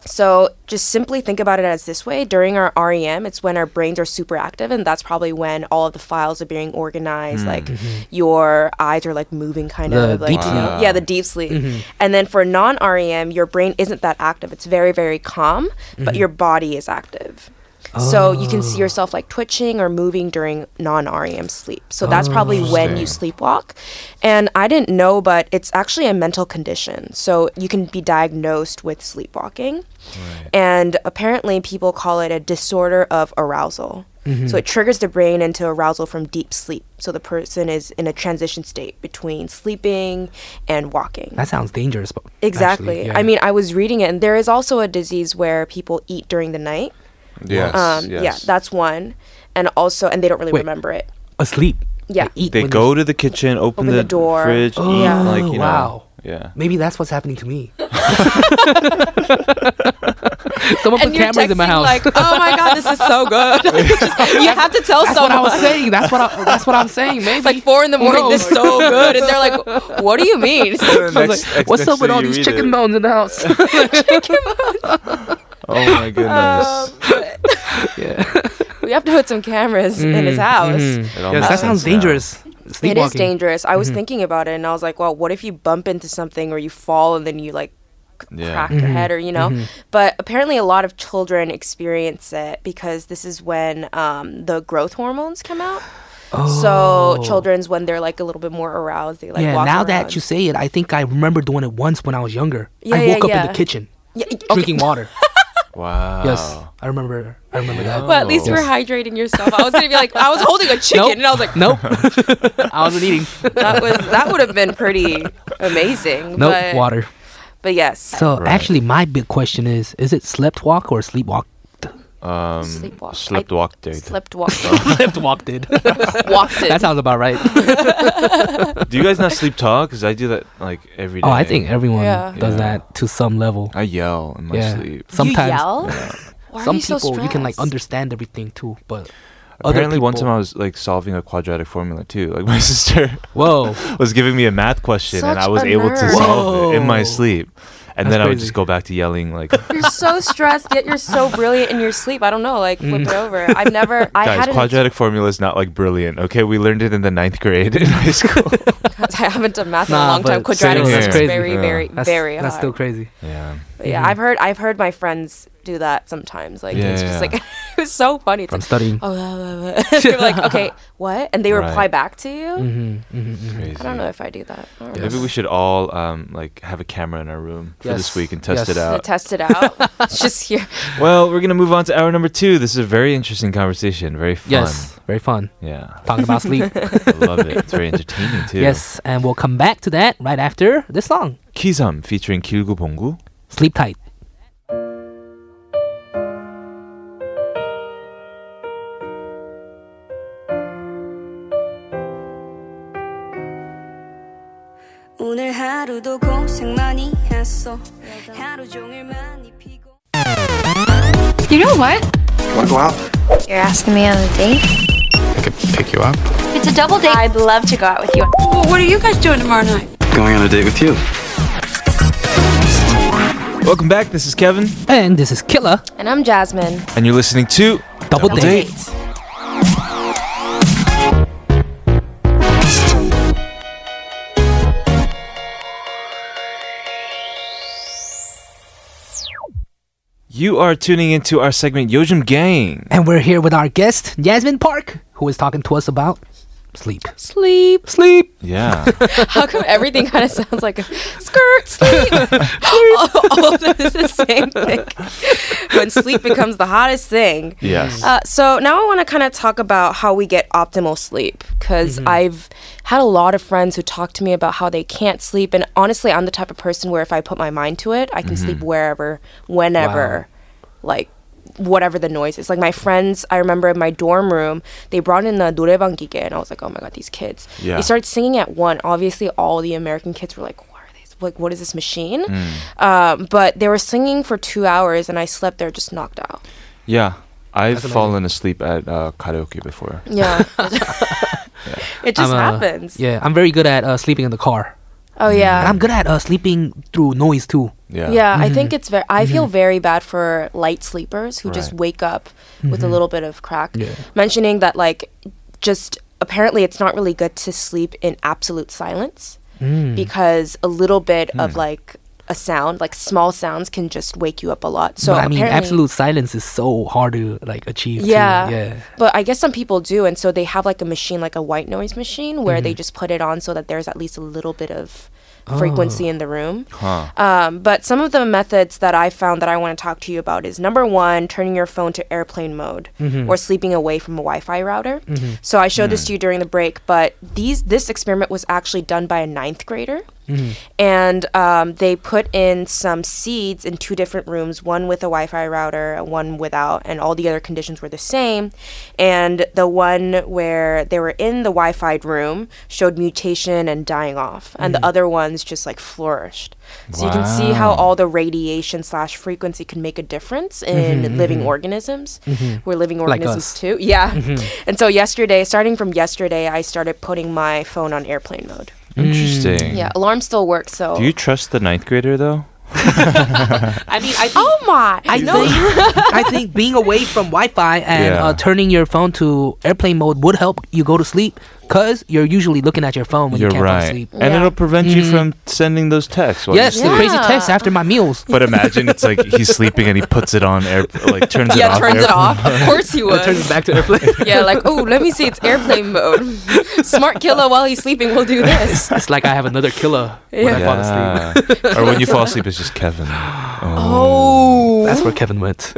[SPEAKER 6] So just simply think about it as this way during our REM, it's when our brains are super active, and that's probably when all of the files are being organized. Like your eyes are like moving, kind
[SPEAKER 2] Hmm. Mm-hmm. The
[SPEAKER 6] of like
[SPEAKER 2] deep
[SPEAKER 6] you
[SPEAKER 2] sleep. Mm-hmm.
[SPEAKER 6] know- yeah, the deep sleep. And then for non REM, your brain isn't that active. It's very very calm,
[SPEAKER 2] Mm-hmm.
[SPEAKER 6] but your body is active. So you can see yourself like twitching or moving during non-REM sleep. So that's probably when you sleepwalk. And I didn't know, but it's actually a mental condition. So you can be diagnosed with sleepwalking. And apparently people call it a disorder of arousal. So it triggers the brain into arousal from deep sleep. So the person is in a transition state between sleeping and walking.
[SPEAKER 2] That sounds dangerous. But actually,
[SPEAKER 6] Exactly.
[SPEAKER 2] yeah.
[SPEAKER 6] I mean, I was reading it, and there is also a disease where people eat during the night.
[SPEAKER 3] Yes.
[SPEAKER 6] Um,
[SPEAKER 3] yes.
[SPEAKER 6] Yeah, that's one. And also, and they don't really
[SPEAKER 2] Wait.
[SPEAKER 6] remember it.
[SPEAKER 2] asleep.
[SPEAKER 6] Yeah.
[SPEAKER 2] Like, eat
[SPEAKER 3] they
[SPEAKER 2] when
[SPEAKER 3] go to the kitchen, open,
[SPEAKER 6] Open the door.
[SPEAKER 3] fridge, eat,
[SPEAKER 6] Yeah.
[SPEAKER 3] like you
[SPEAKER 2] Wow.
[SPEAKER 3] know. Yeah.
[SPEAKER 2] Maybe that's what's happening to me. Someone
[SPEAKER 6] And
[SPEAKER 2] put
[SPEAKER 6] you're
[SPEAKER 2] cameras in my
[SPEAKER 6] texting
[SPEAKER 2] house.
[SPEAKER 6] like, oh my god, this is so good. Like, you just- you have to tell
[SPEAKER 2] that's what
[SPEAKER 6] someone.
[SPEAKER 2] I was saying. That's what I, that's what I'm saying. Maybe.
[SPEAKER 6] It's like four in the morning.
[SPEAKER 2] No.
[SPEAKER 6] This is so good, and they're like, "What do you mean?"
[SPEAKER 3] Next-
[SPEAKER 2] I was like,
[SPEAKER 3] next-
[SPEAKER 2] what's
[SPEAKER 3] next
[SPEAKER 2] up with
[SPEAKER 3] day
[SPEAKER 2] all
[SPEAKER 3] you
[SPEAKER 2] these
[SPEAKER 3] read
[SPEAKER 2] chicken
[SPEAKER 3] it.
[SPEAKER 2] bones in the house?
[SPEAKER 3] Oh my
[SPEAKER 2] Um,
[SPEAKER 3] goodness.
[SPEAKER 6] we have to put some cameras in
[SPEAKER 3] Mm-hmm.
[SPEAKER 6] his house.
[SPEAKER 3] It
[SPEAKER 2] yes,
[SPEAKER 3] almost
[SPEAKER 2] that
[SPEAKER 3] makes
[SPEAKER 2] sounds
[SPEAKER 3] sense now.
[SPEAKER 2] dangerous.
[SPEAKER 6] It is
[SPEAKER 2] Sleepwalking.
[SPEAKER 6] dangerous. I was
[SPEAKER 3] Mm-hmm.
[SPEAKER 6] thinking about it, and I was like, "Well, what if you bump into something or you fall and then you like
[SPEAKER 3] Yeah.
[SPEAKER 6] crack
[SPEAKER 2] Mm-hmm.
[SPEAKER 6] your head or you know but apparently a lot of children experience it because this is when um, the growth hormones come out so children's when they're like a little bit more aroused they
[SPEAKER 2] Oh.
[SPEAKER 6] like
[SPEAKER 2] yeah,
[SPEAKER 6] walk
[SPEAKER 2] now
[SPEAKER 6] around.
[SPEAKER 2] that you say it, I think I remember doing it once when I was younger.
[SPEAKER 6] Yeah,
[SPEAKER 2] I
[SPEAKER 6] yeah,
[SPEAKER 2] woke up in
[SPEAKER 6] yeah.
[SPEAKER 2] the kitchen
[SPEAKER 6] yeah, okay.
[SPEAKER 2] drinking water.
[SPEAKER 3] Wow.
[SPEAKER 2] Yes, I remember. I remember that.
[SPEAKER 6] but at least
[SPEAKER 2] Yes.
[SPEAKER 6] you're hydrating yourself i was gonna be like i was holding a chicken
[SPEAKER 2] Oh. Nope.
[SPEAKER 6] and i was like
[SPEAKER 2] Nope. I wasn't eating.
[SPEAKER 6] that was that would have been pretty amazing
[SPEAKER 2] Nope.
[SPEAKER 6] but,
[SPEAKER 2] water.
[SPEAKER 6] but yes
[SPEAKER 2] So
[SPEAKER 3] Right.
[SPEAKER 2] actually, my big question is: Is it slept walk or sleepwalk?
[SPEAKER 3] Um,
[SPEAKER 6] Sleepwalk.
[SPEAKER 3] Slept walk date.
[SPEAKER 6] slept walked
[SPEAKER 2] slept walked it.
[SPEAKER 6] walked
[SPEAKER 2] that
[SPEAKER 6] it
[SPEAKER 2] sounds about right.
[SPEAKER 3] do you guys not sleep talk? Because I do that like every day.
[SPEAKER 2] Oh, I think everyone
[SPEAKER 6] Yeah.
[SPEAKER 2] does
[SPEAKER 3] Yeah.
[SPEAKER 2] that to some level.
[SPEAKER 3] I yell in my
[SPEAKER 2] yeah.
[SPEAKER 3] sleep.
[SPEAKER 2] Sometimes
[SPEAKER 6] you yell Why are
[SPEAKER 2] some
[SPEAKER 6] you so
[SPEAKER 2] people you can like
[SPEAKER 6] stressed?
[SPEAKER 2] understand everything too, but
[SPEAKER 3] Apparently,
[SPEAKER 2] other
[SPEAKER 3] one time
[SPEAKER 2] people,
[SPEAKER 3] I was like solving a quadratic formula too. Like my sister
[SPEAKER 2] whoa,
[SPEAKER 3] was giving me a math question, and
[SPEAKER 6] Such
[SPEAKER 3] I was
[SPEAKER 6] a
[SPEAKER 3] able to
[SPEAKER 6] nerd.
[SPEAKER 3] solve it in my
[SPEAKER 2] Whoa.
[SPEAKER 3] sleep. And
[SPEAKER 2] That's
[SPEAKER 3] then I would
[SPEAKER 2] crazy.
[SPEAKER 3] just go back to yelling like,
[SPEAKER 6] You're so stressed, yet you're so brilliant in your sleep. I don't know, like flip it over. I've never. I
[SPEAKER 3] "Guys,
[SPEAKER 6] hadn't.
[SPEAKER 3] quadratic formula is not like brilliant. Okay, we learned it in the ninth grade in high school."
[SPEAKER 6] I haven't done math in
[SPEAKER 2] Nah,
[SPEAKER 6] a long time.
[SPEAKER 2] but same
[SPEAKER 6] Quadratic
[SPEAKER 3] here.
[SPEAKER 6] is
[SPEAKER 3] That's crazy.
[SPEAKER 6] very,
[SPEAKER 3] Yeah.
[SPEAKER 6] very,
[SPEAKER 2] that's
[SPEAKER 6] very
[SPEAKER 2] that's
[SPEAKER 6] hard.
[SPEAKER 2] still crazy.
[SPEAKER 3] yeah,
[SPEAKER 6] But yeah, I've heard. I've heard my friends do that sometimes. Like it's
[SPEAKER 3] Yeah,
[SPEAKER 6] just
[SPEAKER 3] yeah.
[SPEAKER 6] like it was so funny. It's
[SPEAKER 2] From
[SPEAKER 6] like,
[SPEAKER 2] studying,
[SPEAKER 6] oh, blah, blah, blah. they're like, okay, what? And they
[SPEAKER 3] Right.
[SPEAKER 6] reply back to you.
[SPEAKER 2] Mm. Mm-hmm,
[SPEAKER 3] crazy.
[SPEAKER 6] I don't know if I do that. I don't know.
[SPEAKER 3] Maybe we should all um, like have a camera in our room for
[SPEAKER 2] Yes.
[SPEAKER 3] this week and test
[SPEAKER 2] Yes.
[SPEAKER 3] it
[SPEAKER 6] To
[SPEAKER 3] out.
[SPEAKER 6] test it out. It's just here.
[SPEAKER 3] Well, we're gonna move on to hour number two. This is a very interesting conversation. Very fun.
[SPEAKER 2] yes, very fun
[SPEAKER 3] Yeah,
[SPEAKER 2] talking about sleep.
[SPEAKER 3] I love it. It's very entertaining too.
[SPEAKER 2] yes, and we'll come back to that right after this song,
[SPEAKER 3] Kizam featuring Kilgu Bongu.
[SPEAKER 2] "Sleep Tight."
[SPEAKER 7] 오늘 하루도 고생 많이 했어 하루 종일 많이 피곤
[SPEAKER 8] You know what?
[SPEAKER 5] Want to go out?
[SPEAKER 8] You're asking me on a date?
[SPEAKER 5] I could pick you up.
[SPEAKER 8] It's a double date. I'd love to go out with you. Well, what are you guys doing tomorrow night?
[SPEAKER 5] Going on a date with you.
[SPEAKER 3] Welcome back. This is Kevin,
[SPEAKER 2] And this is Killa
[SPEAKER 6] And I'm Jasmine.
[SPEAKER 3] and you're listening to
[SPEAKER 2] Double, Date.
[SPEAKER 3] You are tuning into our segment Yojim Gang.
[SPEAKER 2] And we're here with our guest Yasmin Park, who is talking to us about sleep.
[SPEAKER 6] Sleep.
[SPEAKER 2] Sleep.
[SPEAKER 3] Yeah.
[SPEAKER 6] How come everything kind of sounds like a skirt sleep? all, all of this is the same thing. when sleep becomes the hottest thing.
[SPEAKER 3] yes.
[SPEAKER 6] Uh, so now I want to kind of talk about how we get optimal sleep because I've had a lot of friends who talk to me about how they can't sleep, and honestly, I'm the type of person where if I put my mind to it, I can sleep wherever, whenever, like whatever the noise is. Like my friends, I remember in my dorm room, they brought in the 노래방 기계, and I was like, oh my god, these kids.
[SPEAKER 3] Yeah.
[SPEAKER 6] They started singing at one. Obviously, all the American kids were like, what are these? Like, what is this machine? Um, but they were singing for two hours, and I slept there just knocked out.
[SPEAKER 3] yeah. I've fallen asleep at uh, karaoke before.
[SPEAKER 6] Yeah. it just
[SPEAKER 2] I'm, uh,
[SPEAKER 6] happens.
[SPEAKER 2] Yeah, I'm very good at uh, sleeping in the car.
[SPEAKER 6] Oh yeah.
[SPEAKER 2] And I'm good at uh, sleeping through noise too.
[SPEAKER 3] Yeah.
[SPEAKER 6] yeah, I
[SPEAKER 2] Mm-hmm.
[SPEAKER 6] think it's very. I feel very bad for light sleepers who just
[SPEAKER 3] Right.
[SPEAKER 6] wake up with a
[SPEAKER 2] Mm-hmm.
[SPEAKER 6] little bit of crack. Mentioning that, like, just apparently it's not really good to sleep in absolute silence
[SPEAKER 2] Mm.
[SPEAKER 6] because a little bit of like a sound, like small sounds, can just wake you up a lot. So
[SPEAKER 2] but I mean,
[SPEAKER 6] apparently-
[SPEAKER 2] absolute silence is so hard to like achieve. too.
[SPEAKER 6] Yeah.
[SPEAKER 2] yeah.
[SPEAKER 6] But I guess some people do, and so they have like a machine, like a white noise machine, where
[SPEAKER 2] Mm-hmm.
[SPEAKER 6] they just put it on so that there's at least a little bit of
[SPEAKER 2] Oh.
[SPEAKER 6] frequency in the room.
[SPEAKER 3] Huh.
[SPEAKER 6] Um, but some of the methods that I found that I want to talk to you about is number one, turning your phone to airplane mode
[SPEAKER 2] Mm-hmm.
[SPEAKER 6] or sleeping away from a Wi-Fi router. So I showed this to you during the break, but these this experiment was actually done by a ninth grader,
[SPEAKER 2] Mm-hmm.
[SPEAKER 6] and um, they put in some seeds in two different rooms, one with a Wi-Fi router, and one without, and all the other conditions were the same. And the one where they were in the Wi-Fi room showed mutation and dying off, and
[SPEAKER 3] Hmm.
[SPEAKER 6] the other ones just like flourished. So you can see how all the radiation slash frequency can make a difference
[SPEAKER 3] Mm-hmm,
[SPEAKER 6] in living organisms. We're living organisms
[SPEAKER 2] us.
[SPEAKER 6] too. Yeah.
[SPEAKER 3] Mm-hmm.
[SPEAKER 6] And so yesterday, starting from yesterday, I started putting my phone on airplane mode.
[SPEAKER 2] Mm.
[SPEAKER 3] Interesting.
[SPEAKER 6] Yeah, alarm still works. So.
[SPEAKER 3] Do you trust the ninth grader though?
[SPEAKER 2] I mean, I think,
[SPEAKER 6] oh my!
[SPEAKER 2] I, think I think being away from Wi-Fi and
[SPEAKER 3] Yeah.
[SPEAKER 2] uh, turning your phone to airplane mode would help you go to sleep because you're usually looking at your phone when
[SPEAKER 3] You're
[SPEAKER 2] you can't fall
[SPEAKER 3] right.
[SPEAKER 2] asleep. Mm.
[SPEAKER 3] And
[SPEAKER 6] Yeah.
[SPEAKER 3] it'll prevent you from sending those texts. while you're
[SPEAKER 2] Yes, the
[SPEAKER 3] sleeping.
[SPEAKER 2] crazy text after my meals.
[SPEAKER 3] But imagine it's like he's sleeping and he puts it on air, like turns it
[SPEAKER 6] yeah,
[SPEAKER 3] off.
[SPEAKER 6] turns
[SPEAKER 3] air-
[SPEAKER 6] it off. Of course he would.
[SPEAKER 2] Turns it back to airplane.
[SPEAKER 6] yeah, like oh, let me see. It's airplane mode. Smart killer while he's sleeping will do this.
[SPEAKER 2] it's like I have another killer when I fall asleep.
[SPEAKER 3] Yeah. or when you fall asleep, it's just Kevin. Oh.
[SPEAKER 6] Oh.
[SPEAKER 2] That's where Kevin went.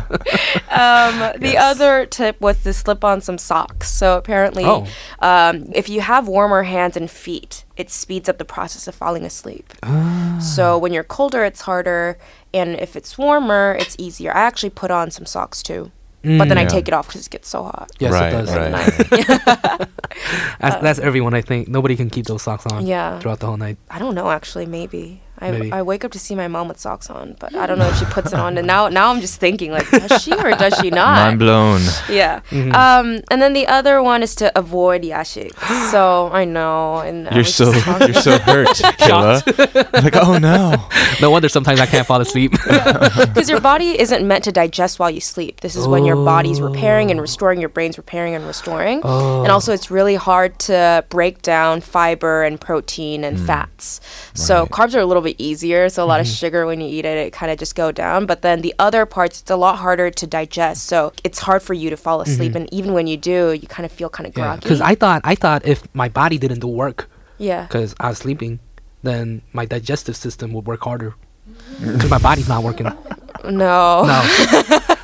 [SPEAKER 6] Um, the other tip was to slip on some socks. So apparently,
[SPEAKER 2] Oh.
[SPEAKER 6] um, if you have warmer hands and feet, it speeds up the process of falling asleep.
[SPEAKER 2] Ah.
[SPEAKER 6] So when you're colder, it's harder, and if it's warmer, it's easier. I actually put on some socks too, but then I
[SPEAKER 2] Mm.
[SPEAKER 3] Yeah.
[SPEAKER 6] take it off because it gets so hot.
[SPEAKER 2] Yes,
[SPEAKER 3] right,
[SPEAKER 2] it does.
[SPEAKER 3] right.
[SPEAKER 2] That's, that's everyone. I think nobody can keep those socks on.
[SPEAKER 6] Yeah.
[SPEAKER 2] throughout the whole night.
[SPEAKER 6] I don't know actually. Maybe. I,
[SPEAKER 2] Maybe.
[SPEAKER 6] I wake up to see my mom with socks on, but I don't know if she puts it on. And now now I'm just thinking like, does she or does she not?
[SPEAKER 3] Mind Mm-hmm. blown.
[SPEAKER 6] Yeah. Um, and then the other one is to avoid yashik. so I know, and I
[SPEAKER 3] You're
[SPEAKER 6] was
[SPEAKER 3] so
[SPEAKER 6] just talking-
[SPEAKER 3] you're so hurt, Killa. like, oh no.
[SPEAKER 2] No wonder sometimes I can't fall asleep.
[SPEAKER 6] because your body isn't meant to digest while you sleep. This is when your body's repairing and restoring, your brain's repairing and restoring. And also, it's really hard to break down fiber and protein and fats. So carbs are a little bit easier. So a lot of sugar when you eat it, it kind of just go down. But then the other parts, it's a lot harder to digest. So it's hard for you to fall asleep. And even when you do, you kind of feel kind of groggy.
[SPEAKER 2] Because I thought I thought if my body didn't do work
[SPEAKER 6] yeah.
[SPEAKER 2] because I was sleeping, then my digestive system would work harder. Because my body's not working.
[SPEAKER 6] No.
[SPEAKER 2] No,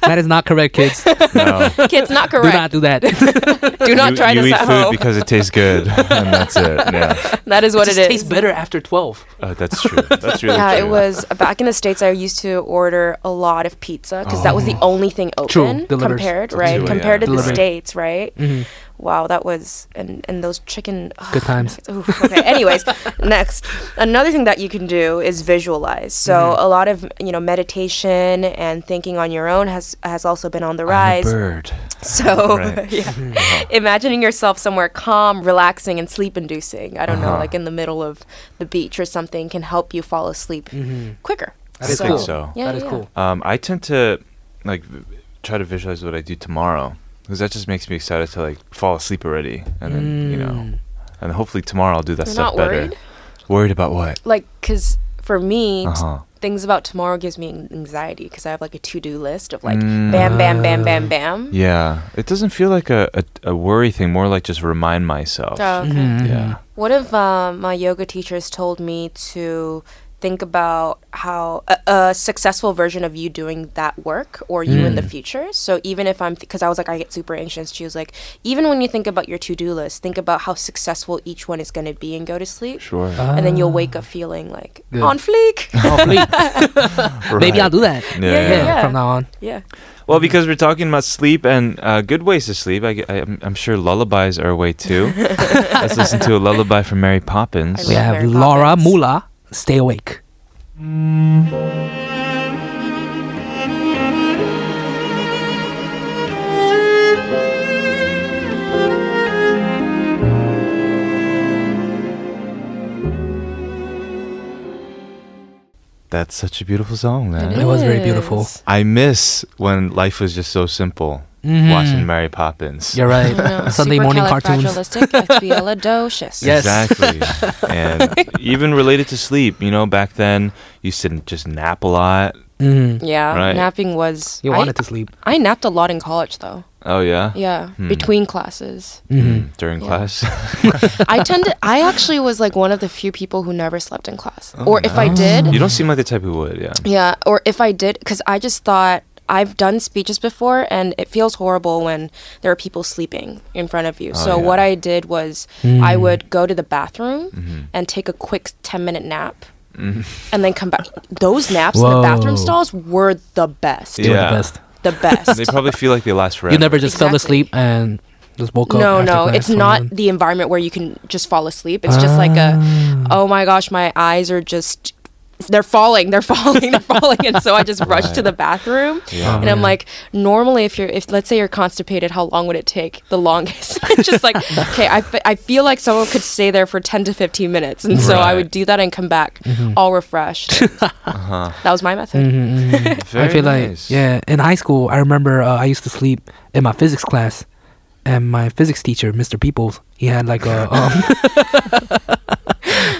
[SPEAKER 2] that is not correct, kids.
[SPEAKER 3] No.
[SPEAKER 6] Kids, not
[SPEAKER 2] Do
[SPEAKER 6] correct.
[SPEAKER 2] not do that. it
[SPEAKER 6] Do not
[SPEAKER 3] you,
[SPEAKER 6] try
[SPEAKER 3] you
[SPEAKER 6] this
[SPEAKER 3] eat
[SPEAKER 6] at
[SPEAKER 3] food
[SPEAKER 6] home.
[SPEAKER 3] because it tastes good, and that's it. Yeah,
[SPEAKER 6] that is what it
[SPEAKER 2] just
[SPEAKER 6] is.
[SPEAKER 2] tastes better after twelve.
[SPEAKER 3] oh, that's true. That's really
[SPEAKER 6] yeah,
[SPEAKER 3] true.
[SPEAKER 6] it was back in the states. I used to order a lot of pizza because that was the only thing
[SPEAKER 2] True,
[SPEAKER 6] open
[SPEAKER 2] delivers.
[SPEAKER 6] compared, right?
[SPEAKER 3] True,
[SPEAKER 6] compared
[SPEAKER 3] yeah.
[SPEAKER 6] to the
[SPEAKER 2] Delivery.
[SPEAKER 6] states, right? Wow, that was and and those chicken ugh,
[SPEAKER 2] Good times.
[SPEAKER 6] nuggets, oof, okay. Anyways, next, another thing that you can do is visualize. So a lot of you know meditation and thinking on your own has has also been on the
[SPEAKER 3] I'm a
[SPEAKER 6] rise.
[SPEAKER 3] bird.
[SPEAKER 6] So,
[SPEAKER 3] Right.
[SPEAKER 6] yeah. imagining yourself somewhere calm, relaxing, and sleep inducing. I don't know, like in the middle of the beach or something can help you fall asleep quicker.
[SPEAKER 2] That is
[SPEAKER 3] I
[SPEAKER 2] cool.
[SPEAKER 3] think so.
[SPEAKER 2] Mm-hmm.
[SPEAKER 6] Yeah,
[SPEAKER 2] that is
[SPEAKER 6] yeah.
[SPEAKER 2] cool.
[SPEAKER 3] Um, I tend to like v- try to visualize what I do tomorrow because that just makes me excited to like fall asleep already, and then you know,
[SPEAKER 2] Mm-hmm.
[SPEAKER 3] and hopefully tomorrow I'll do that
[SPEAKER 6] Mm. You're
[SPEAKER 3] stuff
[SPEAKER 6] not
[SPEAKER 3] better.
[SPEAKER 6] worried?
[SPEAKER 3] Worried about what?
[SPEAKER 6] Like, because for me, t-
[SPEAKER 3] Uh-huh.
[SPEAKER 6] things about tomorrow gives me an- anxiety because I have like a to do list of like bam, bam, bam, bam, bam.
[SPEAKER 3] Mm. Ah. Yeah, it doesn't feel like a, a, a worry thing. More like just remind myself.
[SPEAKER 6] So, okay.
[SPEAKER 2] Mm-hmm.
[SPEAKER 3] Yeah.
[SPEAKER 6] What if uh, my yoga teachers told me to think about how a, a successful version of you doing that work or you in the
[SPEAKER 3] Mm.
[SPEAKER 6] future? So even if I'm, because I was like, I get super anxious. She was like, even when you think about your to do list, think about how successful each one is going to be and go to sleep.
[SPEAKER 3] Sure.
[SPEAKER 2] Uh,
[SPEAKER 6] And then you'll wake up feeling like
[SPEAKER 2] Ah. Good.
[SPEAKER 6] on fleek.
[SPEAKER 2] Oh, please. Maybe
[SPEAKER 3] Right.
[SPEAKER 2] I'll do that.
[SPEAKER 3] Yeah, yeah,
[SPEAKER 6] yeah.
[SPEAKER 2] From now on,
[SPEAKER 6] yeah.
[SPEAKER 3] Well, because we're talking about sleep and uh, good ways to sleep, I, am I'm sure lullabies are a way too. Let's listen to a lullaby from Mary Poppins.
[SPEAKER 6] I
[SPEAKER 2] we
[SPEAKER 6] love
[SPEAKER 2] have
[SPEAKER 6] Mary
[SPEAKER 2] Laura
[SPEAKER 6] Poppins.
[SPEAKER 2] Mula. Stay awake.
[SPEAKER 3] Mary that's such a beautiful song, man.
[SPEAKER 2] It was very beautiful.
[SPEAKER 6] is.
[SPEAKER 3] I miss when life was just so simple. Watching Mary Poppins.
[SPEAKER 2] Mm-hmm. You're right. Sunday morning cartoons.
[SPEAKER 6] Supercalifragilisticexpialidocious.
[SPEAKER 2] Yes.
[SPEAKER 3] Exactly. and even related to sleep, you know, back then you used to just nap a lot.
[SPEAKER 2] Mm.
[SPEAKER 6] Yeah,
[SPEAKER 3] Right.
[SPEAKER 6] napping was.
[SPEAKER 2] You
[SPEAKER 6] I-
[SPEAKER 2] wanted to sleep.
[SPEAKER 6] I napped a lot in college though.
[SPEAKER 3] Oh yeah.
[SPEAKER 6] Yeah,
[SPEAKER 3] Hmm.
[SPEAKER 6] between classes.
[SPEAKER 2] Mm-hmm.
[SPEAKER 3] Mm, During class.
[SPEAKER 6] I tend to. I actually was like one of the few people who never slept in class.
[SPEAKER 3] Oh,
[SPEAKER 6] or if I did,
[SPEAKER 3] you don't seem like the type who would, yeah.
[SPEAKER 6] yeah. Or if I did, because I just thought I've done speeches before, and it feels horrible when there are people sleeping in front of you. so
[SPEAKER 3] Oh, yeah.
[SPEAKER 6] what I did was I would go to the bathroom
[SPEAKER 3] Mm-hmm.
[SPEAKER 6] and take a quick ten minute nap. And then come back. Those naps in the
[SPEAKER 2] Whoa.
[SPEAKER 6] bathroom stalls were the best.
[SPEAKER 2] You were
[SPEAKER 3] Yeah.
[SPEAKER 2] the best.
[SPEAKER 6] The best.
[SPEAKER 3] They probably feel like they last forever.
[SPEAKER 2] You never just fell
[SPEAKER 6] Exactly.
[SPEAKER 2] asleep and just woke up.
[SPEAKER 6] No,
[SPEAKER 2] after
[SPEAKER 6] no,
[SPEAKER 2] class
[SPEAKER 6] it's
[SPEAKER 2] or
[SPEAKER 6] not
[SPEAKER 2] nothing?
[SPEAKER 6] the environment where you can just fall asleep. It's just like a, oh my gosh, my eyes are just, they're falling, they're falling, they're falling, and so I just rush to the bathroom,
[SPEAKER 2] Oh,
[SPEAKER 6] and I'm like, normally if you're, if let's say you're constipated, how long would it take? The longest. it's just like, okay, I, fe- I feel like someone could stay there for ten to fifteen minutes, and so I
[SPEAKER 3] Right.
[SPEAKER 6] would do that and come back all refreshed. That was my method.
[SPEAKER 2] Mm. Mm-hmm,
[SPEAKER 3] Very
[SPEAKER 2] I feel
[SPEAKER 3] nice.
[SPEAKER 2] like yeah. In high school, I remember uh, I used to sleep in my physics class, and my physics teacher, Mr. Peoples, he had like a um,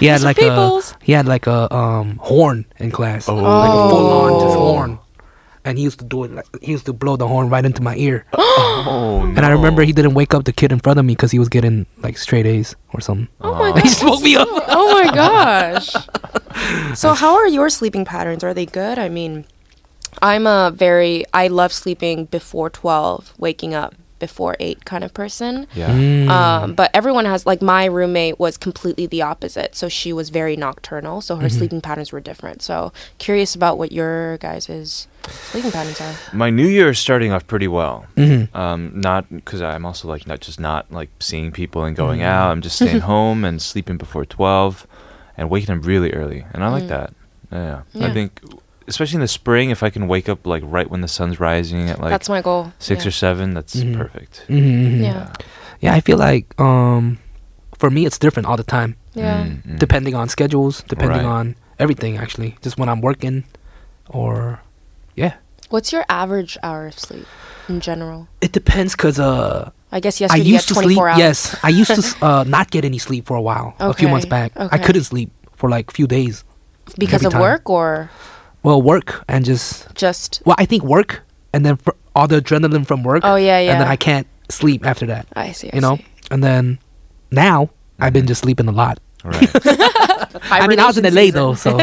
[SPEAKER 2] he had
[SPEAKER 6] Mr.
[SPEAKER 2] like
[SPEAKER 6] Peoples.
[SPEAKER 2] a he had like a um horn in class, like
[SPEAKER 3] Oh.
[SPEAKER 2] a full on just horn, and he used to do it like he used to blow the horn right into my ear,
[SPEAKER 3] Oh,
[SPEAKER 2] and I remember he didn't wake up the kid in front of me because he was getting like straight A's or something.
[SPEAKER 6] Oh my
[SPEAKER 2] He
[SPEAKER 6] gosh.
[SPEAKER 2] just woke me up.
[SPEAKER 6] oh my gosh. So how are your sleeping patterns? Are they good? I mean, I'm a very I love sleeping before 12, waking up before 8 kind of person.
[SPEAKER 3] Yeah.
[SPEAKER 2] Mm-hmm. Hmm.
[SPEAKER 6] Um, but everyone has like my roommate was completely the opposite. So she was very nocturnal, so her
[SPEAKER 2] Mm-hmm.
[SPEAKER 6] sleeping patterns were different. So curious about what your guys' sleeping patterns are.
[SPEAKER 3] my new year is starting off pretty well.
[SPEAKER 2] Mm-hmm.
[SPEAKER 3] Um, not because I'm also like not just not like seeing people and
[SPEAKER 6] Mm.
[SPEAKER 3] going out. I'm just staying home and sleeping before twelve, and waking up really early. And I like that. Yeah. I
[SPEAKER 6] Mm. Yeah.
[SPEAKER 3] think, especially in the spring, if I can wake up like right when the sun's rising at like
[SPEAKER 6] That's my goal.
[SPEAKER 3] six
[SPEAKER 6] yeah.
[SPEAKER 3] or seven, that's
[SPEAKER 2] Mhm.
[SPEAKER 3] perfect.
[SPEAKER 2] Mhm, mhm.
[SPEAKER 6] Yeah.
[SPEAKER 2] Yeah, I feel like um, for me it's different all the time.
[SPEAKER 6] Yeah.
[SPEAKER 2] Hmm.
[SPEAKER 3] Mm, mm.
[SPEAKER 2] depending on schedules, depending
[SPEAKER 3] Right.
[SPEAKER 2] on everything actually. Just when I'm working or yeah.
[SPEAKER 6] What's your average hour of sleep in general?
[SPEAKER 2] It depends cuz uh
[SPEAKER 6] I guess
[SPEAKER 2] I
[SPEAKER 6] yesterday you had
[SPEAKER 2] used to
[SPEAKER 6] 24
[SPEAKER 2] sleep.
[SPEAKER 6] hours.
[SPEAKER 2] Yes, I used to uh, not get any sleep for a while. A few months
[SPEAKER 6] Okay,
[SPEAKER 2] back, I
[SPEAKER 6] okay.
[SPEAKER 2] couldn't sleep for like few days.
[SPEAKER 6] because
[SPEAKER 2] Every
[SPEAKER 6] of
[SPEAKER 2] time.
[SPEAKER 6] work or
[SPEAKER 2] Well, work and just
[SPEAKER 6] just
[SPEAKER 2] well, I think work and then fr- all the adrenaline from work.
[SPEAKER 6] Oh, yeah,
[SPEAKER 2] And then I
[SPEAKER 6] yeah.
[SPEAKER 2] can't sleep after that.
[SPEAKER 6] I see. I
[SPEAKER 2] you know,
[SPEAKER 6] see.
[SPEAKER 2] and then now I've been just sleeping a lot.
[SPEAKER 3] Right.
[SPEAKER 2] I mean, I was in LA
[SPEAKER 6] Hibernation
[SPEAKER 2] though, so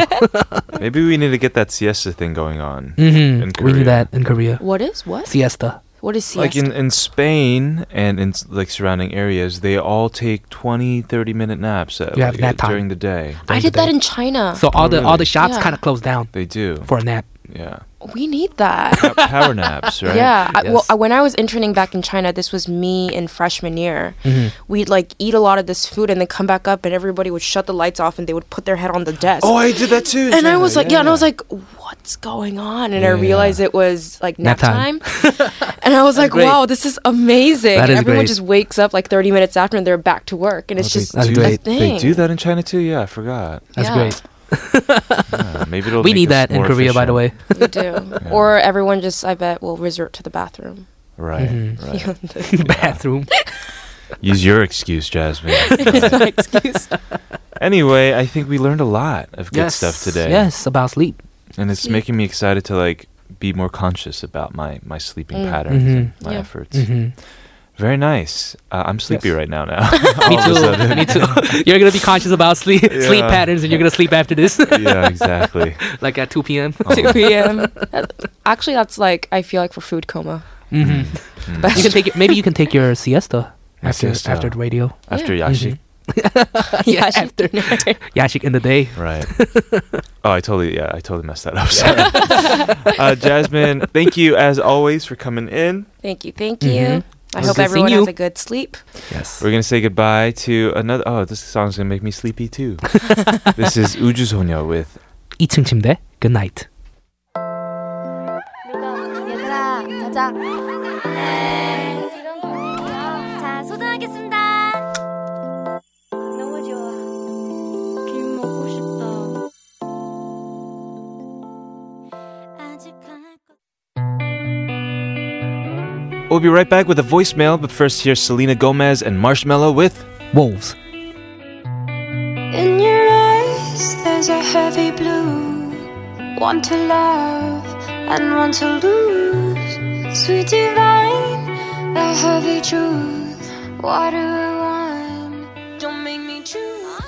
[SPEAKER 3] Maybe we need to get that siesta thing going on.
[SPEAKER 2] Mhm. we
[SPEAKER 3] Korea.
[SPEAKER 2] do that in Korea.
[SPEAKER 6] season. What is what?
[SPEAKER 2] Siesta.
[SPEAKER 6] What is siesta?
[SPEAKER 3] Like in, in Spain and in s- like surrounding areas, they all take 20, 30 minute naps at,
[SPEAKER 2] You have
[SPEAKER 3] like, uh,
[SPEAKER 2] nap time.
[SPEAKER 3] during the day.
[SPEAKER 6] I
[SPEAKER 2] during
[SPEAKER 6] did
[SPEAKER 2] the
[SPEAKER 6] that
[SPEAKER 2] day.
[SPEAKER 6] in China.
[SPEAKER 2] So all the all the
[SPEAKER 3] Really?
[SPEAKER 2] shops
[SPEAKER 6] Yeah.
[SPEAKER 2] kind of closed down
[SPEAKER 3] They do.
[SPEAKER 2] for a nap.
[SPEAKER 3] yeah.
[SPEAKER 6] we need that.
[SPEAKER 3] Pa- uh, Power naps, right?
[SPEAKER 6] Yeah. I, well,
[SPEAKER 2] Yes.
[SPEAKER 6] I, when I was interning back in China, this was me in freshman year. We'd like eat a lot of this food and then come back up, and everybody would shut the lights off and they would put their head on the desk.
[SPEAKER 3] Oh, I did that too.
[SPEAKER 6] and I was like, yeah, and I was like, what's going on? And I
[SPEAKER 3] Yeah.
[SPEAKER 6] realized it was like nap,
[SPEAKER 2] Nap time.
[SPEAKER 6] time. and I was like,
[SPEAKER 2] great.
[SPEAKER 6] wow, this is amazing.
[SPEAKER 2] That
[SPEAKER 6] And
[SPEAKER 2] is
[SPEAKER 6] everyone
[SPEAKER 2] great.
[SPEAKER 6] just wakes up like 30 minutes after and they're back to work. And it's just
[SPEAKER 2] That's
[SPEAKER 3] Oh, do,
[SPEAKER 2] great.
[SPEAKER 3] They
[SPEAKER 6] They-
[SPEAKER 3] do
[SPEAKER 6] thing.
[SPEAKER 3] that in China too. Yeah, I forgot.
[SPEAKER 2] That's
[SPEAKER 6] Yeah.
[SPEAKER 2] great.
[SPEAKER 3] Yeah, maybe it'll
[SPEAKER 2] We
[SPEAKER 3] make
[SPEAKER 2] need
[SPEAKER 3] us
[SPEAKER 2] that in
[SPEAKER 3] more
[SPEAKER 2] Korea, by the way.
[SPEAKER 3] efficient.
[SPEAKER 6] We do. Or everyone just, I bet, will resort to the bathroom.
[SPEAKER 3] Right.
[SPEAKER 6] Mm-hmm.
[SPEAKER 3] right.
[SPEAKER 2] Bathroom.
[SPEAKER 3] Use your excuse, Jasmine. Uh,
[SPEAKER 6] Excuse.
[SPEAKER 3] anyway, I think we learned a lot of good stuff today.
[SPEAKER 2] Yes, about sleep.
[SPEAKER 3] and it's making me excited to like be more conscious about my my sleeping patterns
[SPEAKER 2] Mm-hmm.
[SPEAKER 3] and my
[SPEAKER 6] Mm. Yeah.
[SPEAKER 3] efforts. Very nice. Uh, I'm sleepy
[SPEAKER 2] Yes.
[SPEAKER 3] right now. Now
[SPEAKER 2] Me too. Me too. You're gonna be conscious about sleep sleep
[SPEAKER 3] Yeah.
[SPEAKER 2] patterns, and you're gonna sleep after this,
[SPEAKER 3] yeah, exactly.
[SPEAKER 2] like at 2 p.m.
[SPEAKER 3] Oh.
[SPEAKER 6] 2 p.m. Actually, that's like, I feel like for food coma.
[SPEAKER 2] hmm You can take your, maybe you can take your siesta
[SPEAKER 3] Mm-hmm. My
[SPEAKER 2] after
[SPEAKER 3] siesta.
[SPEAKER 2] after the radio.
[SPEAKER 3] After
[SPEAKER 2] Mm-hmm.
[SPEAKER 3] Yashi,
[SPEAKER 6] yeah, after.
[SPEAKER 2] Yeah, she in the day.
[SPEAKER 3] right? Oh, I totally yeah, I totally messed that up. Sorry. uh, Jasmine, thank you as always for coming in.
[SPEAKER 6] thank you. Thank you.
[SPEAKER 2] Mhm.
[SPEAKER 6] I
[SPEAKER 2] was good
[SPEAKER 6] hope
[SPEAKER 2] seeing
[SPEAKER 6] everyone
[SPEAKER 2] you.
[SPEAKER 6] has a good sleep.
[SPEAKER 2] Yes.
[SPEAKER 3] We're gonna say goodbye to another. Oh, this song's gonna make me sleepy too. this is Uju Sonya with
[SPEAKER 2] 2층 침대. Good night.
[SPEAKER 7] 얘들아 가자 자 소등하겠습니다 너무 좋아 김 먹고 싶다
[SPEAKER 3] We'll be right back with a voicemail, but first here's Selena Gomez and Marshmello with
[SPEAKER 2] Wolves.
[SPEAKER 7] In your eyes, there's a heavy blue. One to love and one to lose. Sweet divine, the heavy truth. What do I want? Don't make me choose.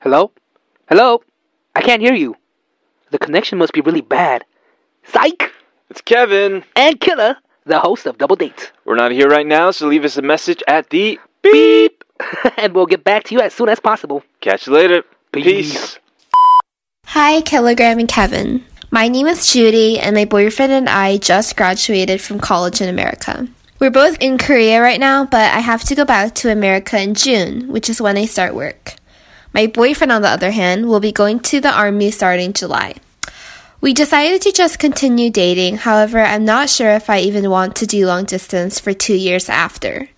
[SPEAKER 2] Hello? Hello? I can't hear you. The connection must be really bad. Psych
[SPEAKER 3] It's Kevin.
[SPEAKER 2] and Killer, the host of Double Date.
[SPEAKER 3] We're not here right now, so leave us a message at the beep.
[SPEAKER 2] and we'll get back to you as soon as possible.
[SPEAKER 3] Catch you later.
[SPEAKER 2] Peace.
[SPEAKER 9] Hi, Kilogram and Kevin. My name is Judy, and my boyfriend and I just graduated from college in America. We're both in Korea right now, but I have to go back to America in June, which is when I start work. My boyfriend, on the other hand, will be going to the army starting July. We decided to just continue dating, however, I'm not sure if I even want to do long distance for two years after.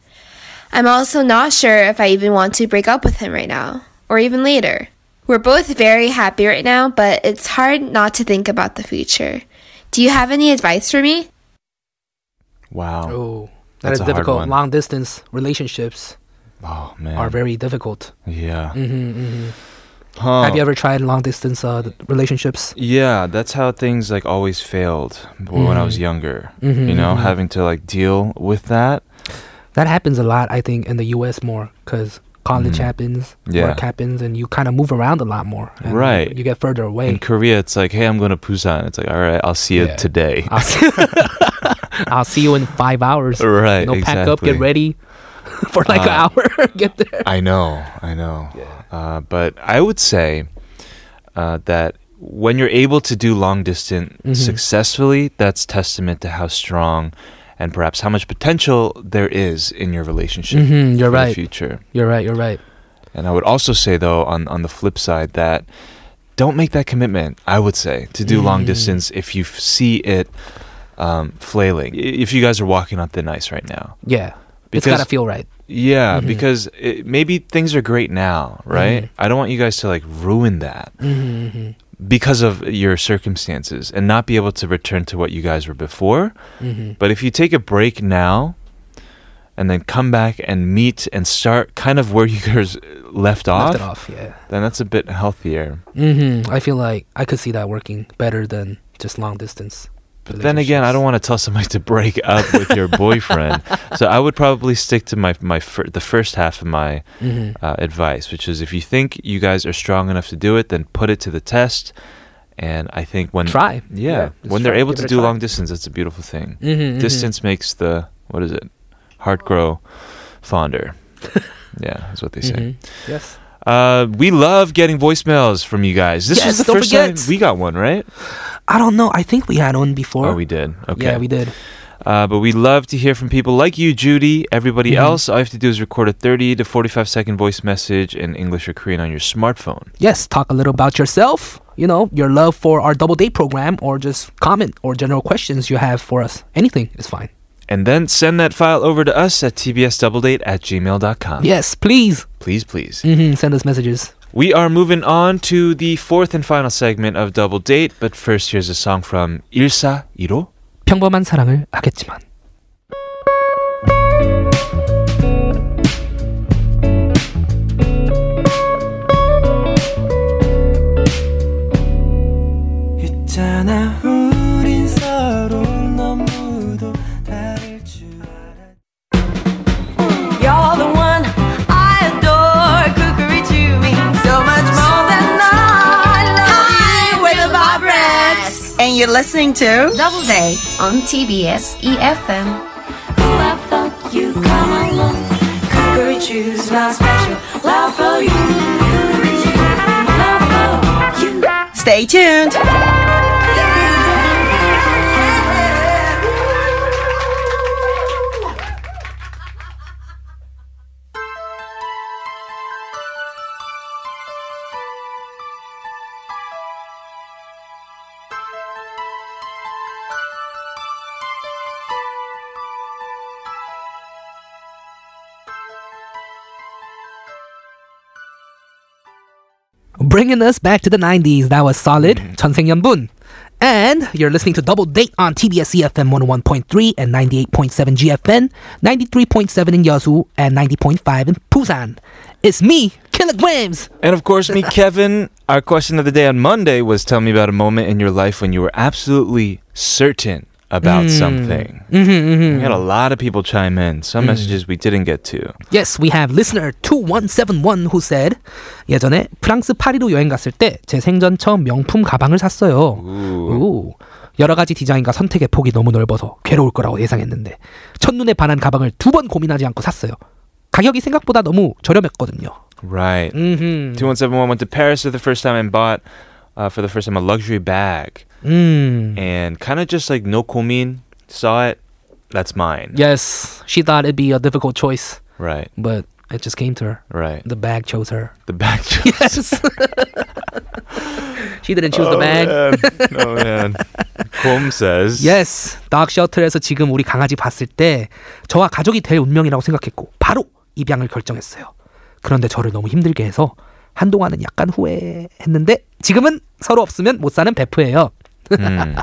[SPEAKER 9] I'm also not sure if I even want to break up with him right now, or even later. We're both very happy right now, but it's hard not to think about the future. Do you have any advice for me?
[SPEAKER 3] Wow.
[SPEAKER 2] Oh,
[SPEAKER 3] That's
[SPEAKER 2] that's
[SPEAKER 3] a hard
[SPEAKER 2] difficult.
[SPEAKER 3] one.
[SPEAKER 2] Long distance relationships
[SPEAKER 3] Oh, man.
[SPEAKER 2] are very difficult.
[SPEAKER 3] yeah. Oh.
[SPEAKER 2] Mm-hmm,
[SPEAKER 3] Huh.
[SPEAKER 2] Have you ever tried long distance uh, th- relationships?
[SPEAKER 3] Yeah, that's how things like always failed when I was younger.
[SPEAKER 2] Mhm,
[SPEAKER 3] You know,
[SPEAKER 2] mhm.
[SPEAKER 3] having to like deal with that.
[SPEAKER 2] That happens a lot, I think, in the U.S. more because college
[SPEAKER 3] Mhm.
[SPEAKER 2] happens,
[SPEAKER 3] Yeah.
[SPEAKER 2] work happens, and you kind of move around a lot more. and
[SPEAKER 3] Right.
[SPEAKER 2] You get further
[SPEAKER 3] In
[SPEAKER 2] away.
[SPEAKER 3] Korea, it's like, hey, I'm going to Busan. It's like, all right, I'll see you
[SPEAKER 2] Yeah.
[SPEAKER 3] today.
[SPEAKER 2] I'll see, I'll see you in five hours.
[SPEAKER 3] right.
[SPEAKER 2] you know,
[SPEAKER 3] exactly.
[SPEAKER 2] pack up, get ready for like
[SPEAKER 3] Uh,
[SPEAKER 2] an hour, get there.
[SPEAKER 3] I know, I know. Uh, but I would say uh, that when you're able to do long distance
[SPEAKER 2] Mm-hmm.
[SPEAKER 3] successfully, that's testament to how strong and perhaps how much potential there is in your relationship
[SPEAKER 2] Mhm, you're
[SPEAKER 3] for the
[SPEAKER 2] right.
[SPEAKER 3] future.
[SPEAKER 2] You're right. You're right.
[SPEAKER 3] And I would also say, though, on, on the flip side, that don't make that commitment, I would say, to do
[SPEAKER 2] Mm-hmm.
[SPEAKER 3] long distance if you f- see it um, flailing. I- If you guys are walking on thin ice right now.
[SPEAKER 2] Yeah. it's
[SPEAKER 3] Because-
[SPEAKER 2] gotta feel Mm-hmm. right.
[SPEAKER 3] Yeah, because it, maybe things are great now, right?
[SPEAKER 2] Mm-hmm.
[SPEAKER 3] I don't want you guys to like ruin that because of your circumstances and not be able to return to what you guys were before.
[SPEAKER 2] mm-hmm.
[SPEAKER 3] But if you take a break now and then come back and meet and start kind of where you guys left off,
[SPEAKER 2] Left it off. Yeah.
[SPEAKER 3] then that's a bit healthier.
[SPEAKER 2] Mm-hmm. I feel like I could see that working better than just long distance.
[SPEAKER 3] But then again, I don't want to tell somebody to break up with your boyfriend. so I would probably stick to my my fir- the first half of my
[SPEAKER 2] Mm-hmm.
[SPEAKER 3] uh, advice, which is if you think you guys are strong enough to do it, then put it to the test. And I think when
[SPEAKER 2] Try. Yeah,
[SPEAKER 3] yeah,
[SPEAKER 2] just
[SPEAKER 3] when they're
[SPEAKER 2] try.
[SPEAKER 3] able
[SPEAKER 2] Give it a
[SPEAKER 3] to do
[SPEAKER 2] try.
[SPEAKER 3] long distance, that's a beautiful thing.
[SPEAKER 2] Mhm, mhm.
[SPEAKER 3] Distance makes the what is it, heart grow fonder. yeah, that's what they say.
[SPEAKER 2] Mm-hmm. Yes.
[SPEAKER 3] Uh, we love getting voicemails from you guys. This
[SPEAKER 2] Yes,
[SPEAKER 3] is the
[SPEAKER 2] don't
[SPEAKER 3] first
[SPEAKER 2] forget.
[SPEAKER 3] time we got one, right?
[SPEAKER 2] I don't know. I think we had one before.
[SPEAKER 3] oh, we did. Okay.
[SPEAKER 2] Yeah, we did.
[SPEAKER 3] Uh, but we love to hear from people like you, Judy, everybody else. All you have to do is record a 30 to 45 second voice message in English or Korean on your smartphone.
[SPEAKER 2] Yes. Talk a little about yourself. You know, your love for our double date program, or just comment or general questions you have for us. Anything is fine.
[SPEAKER 3] And then send that file over to us at tbsdoubledate at gmail.com.
[SPEAKER 2] Yes, please.
[SPEAKER 3] Please, please.
[SPEAKER 2] hmm Send us messages.
[SPEAKER 3] We are moving on to the fourth and final segment of Double Date, but first here's a song from Ilsa Iro.
[SPEAKER 2] 평범한 사랑을 하겠지만.
[SPEAKER 4] 있잖아 우린 서로 너무도 다를 줄 알아
[SPEAKER 10] You're the one I adore. Cookery to me so much more than I love you with the vibrance. And you're listening to
[SPEAKER 8] Double Day on TBS
[SPEAKER 9] E
[SPEAKER 8] EFM.
[SPEAKER 10] I felt you come along. Cookery choose my special love for you. Cookery choose my love for you. Stay tuned.
[SPEAKER 2] bringing us back to the 90s. That was solid.
[SPEAKER 3] Mm-hmm.
[SPEAKER 2] 전생연분. And you're listening to Double Date on TBS EFM 101.3 and 98.7 GFN, 93.7 in Yeosu, and 90.5 in Busan. It's me, Kilograms.
[SPEAKER 3] And of course, me, Kevin. Our question of the day on Monday was tell me about a moment in your life when you were absolutely certain about
[SPEAKER 2] Mm.
[SPEAKER 3] something.
[SPEAKER 2] Mm-hmm, mm-hmm. Mm.
[SPEAKER 3] We had a lot of people chime in, some messages we didn't get to.
[SPEAKER 2] Yes, we have listener 2171 who said 예전에 프랑스 파리로 여행 갔을 때 제 생전 처음 명품 가방을 샀어요. 오. 여러 가지 디자인과 선택의 폭이 너무 넓어서 괴로울 거라고 예상했는데 첫눈에 반한 가방을 두 번 고민하지 않고 샀어요. 가격이 생각보다 너무 저렴했거든요.
[SPEAKER 3] Right.
[SPEAKER 2] Mm-hmm.
[SPEAKER 3] 2171 went to Paris for the first time and bought, uh, for the first time, a luxury bag.
[SPEAKER 2] Mm.
[SPEAKER 3] And kind of just like no komin, saw it, that's mine.
[SPEAKER 2] Yes, she thought it'd be a difficult choice,
[SPEAKER 3] Right,
[SPEAKER 2] but it just came to her.
[SPEAKER 3] right.
[SPEAKER 2] The bag chose her.
[SPEAKER 3] The bag.
[SPEAKER 2] Yes. she didn't choose the bag.
[SPEAKER 3] Man. Oh, man. Kom says.
[SPEAKER 2] Yes. 닥 셔틀에서 지금 우리 강아지 봤을 때 저와 가족이 될 운명이라고 생각했고 바로 입양을 결정했어요. 그런데 저를 너무 힘들게 해서 한동안은 약간 후회했는데 지금은 서로 없으면 못 사는 베프예요.
[SPEAKER 3] Hmm.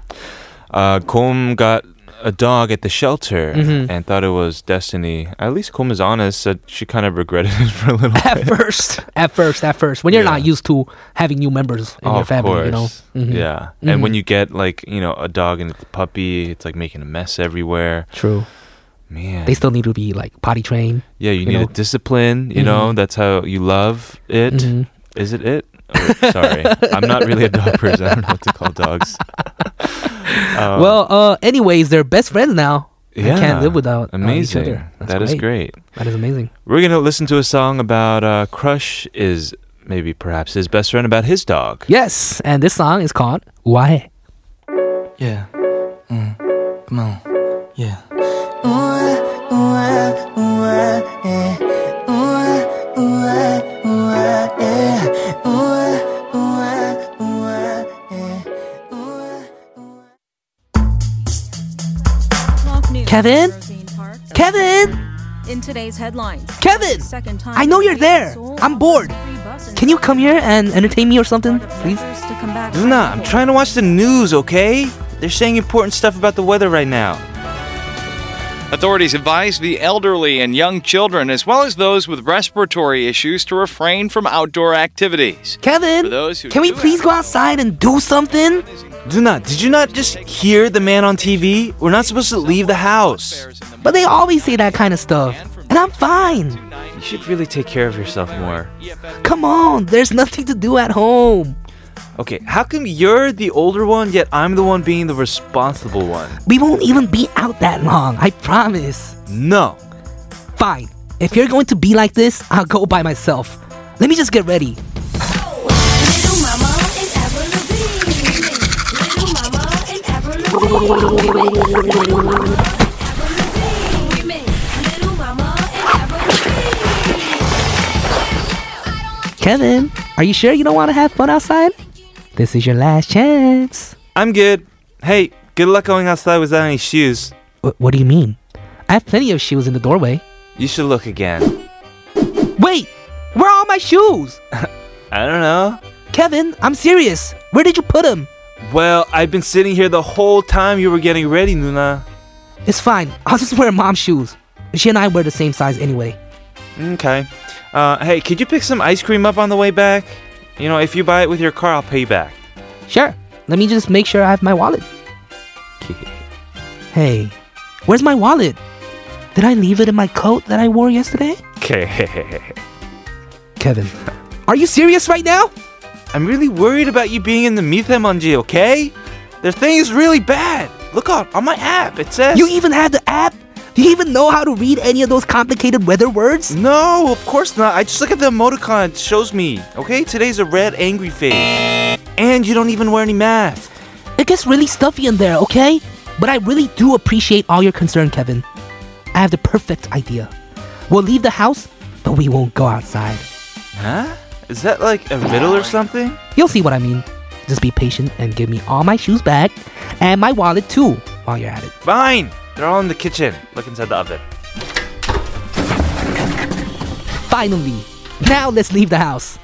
[SPEAKER 3] Uh, Kom got a dog at the shelter
[SPEAKER 2] Mhm.
[SPEAKER 3] and thought it was destiny. At least Kom is honest, said she kind of regretted it for a little bit.
[SPEAKER 2] At first, at first, at first, when you're not used to having new members in
[SPEAKER 3] Oh,
[SPEAKER 2] your family, you know. Mhm.
[SPEAKER 3] Yeah. And when you get like, you know, a dog and a puppy, it's like making a mess everywhere.
[SPEAKER 2] True.
[SPEAKER 3] Man.
[SPEAKER 2] They still need to be like potty trained.
[SPEAKER 3] yeah, you,
[SPEAKER 2] you
[SPEAKER 3] need
[SPEAKER 2] know. Mm-hmm.
[SPEAKER 3] a discipline, you know, that's how you love it. Is
[SPEAKER 2] Mhm.
[SPEAKER 3] it it? Or- sorry. I'm not really a dog person. I don't know what to call dogs. Um,
[SPEAKER 2] well, uh, anyways, they're best friends now.
[SPEAKER 3] yeah.
[SPEAKER 2] They can't live without uh, each
[SPEAKER 3] Amazing.
[SPEAKER 2] other. That's
[SPEAKER 3] That is great.
[SPEAKER 2] That is amazing.
[SPEAKER 3] We're going to listen to a song about uh, Crush is maybe perhaps his best friend about his dog.
[SPEAKER 2] Yes, and this song is called Why.
[SPEAKER 4] Yeah. Mm. Come on. Yeah. Ooh, ooh, ooh, yeah. Ooh, ooh, ooh, yeah. Ooh, ooh, ooh, yeah.
[SPEAKER 2] Kevin? Kevin?
[SPEAKER 11] In today's headlines,
[SPEAKER 2] Kevin!
[SPEAKER 11] Second time
[SPEAKER 2] I know you're there. I'm bored. Can you come here and entertain me or something, please?
[SPEAKER 11] to come back.
[SPEAKER 3] Luna, I'm trying to watch the news, okay? They're saying important stuff about the weather right now.
[SPEAKER 12] Authorities advise the elderly and young children, as well as those with respiratory issues, to refrain from outdoor activities.
[SPEAKER 2] Kevin,
[SPEAKER 12] For those who
[SPEAKER 2] can we
[SPEAKER 12] do
[SPEAKER 2] please go outside and do something?
[SPEAKER 3] Luna, did you not just hear the man on TV? We're not supposed to leave the house.
[SPEAKER 2] But they always say that kind of stuff. And I'm fine.
[SPEAKER 3] You should really take care of yourself more.
[SPEAKER 2] Come on, there's nothing to do at home.
[SPEAKER 3] Okay, how come you're the older one, yet I'm the one being the responsible one?
[SPEAKER 2] We won't even be out that long, I promise.
[SPEAKER 3] No.
[SPEAKER 2] Fine. If you're going to be like this, I'll go by myself. Let me just get ready. Kevin, are you sure you don't want to have fun outside? This is your last chance.
[SPEAKER 3] I'm good. Hey, good luck going outside without any shoes.
[SPEAKER 2] Wh- what do you mean? I have plenty of shoes in the doorway.
[SPEAKER 3] You should look again.
[SPEAKER 2] Wait, where are all my shoes?
[SPEAKER 3] I don't know.
[SPEAKER 2] Kevin, I'm serious. Where did you put them?
[SPEAKER 3] Well, I've been sitting here the whole time you were getting ready, Luna.
[SPEAKER 2] It's fine. I'll just wear mom's shoes. She and I wear the same size anyway.
[SPEAKER 3] Okay. Uh, hey, could you pick some ice cream up on the way back? You know, if you buy it with your car, I'll pay you back.
[SPEAKER 2] Sure. Let me just make sure I have my wallet. Hey, where's my wallet? Did I leave it in my coat that I wore yesterday?
[SPEAKER 3] Okay.
[SPEAKER 2] Kevin, are you serious right now?
[SPEAKER 3] I'm really worried about you being in the Mithemonji, okay? Their thing is really bad. Look on on my app. It says
[SPEAKER 2] You e- even had the app? Do you even know how to read any of those complicated weather words?
[SPEAKER 3] No, of course not. I just look at the emoticon. It shows me. Okay, today's a red angry face, and you don't even wear any mask.
[SPEAKER 2] It gets really stuffy in there, okay? But I really do appreciate all your concern, Kevin. I have the perfect idea. We'll leave the house, but we won't go outside.
[SPEAKER 3] Huh? Is that like a riddle or something?
[SPEAKER 2] You'll see what I mean. Just be patient and give me all my shoes back and my wallet too while you're at it.
[SPEAKER 3] Fine. They're all in the kitchen. Look inside the oven.
[SPEAKER 2] Finally, now let's leave the house.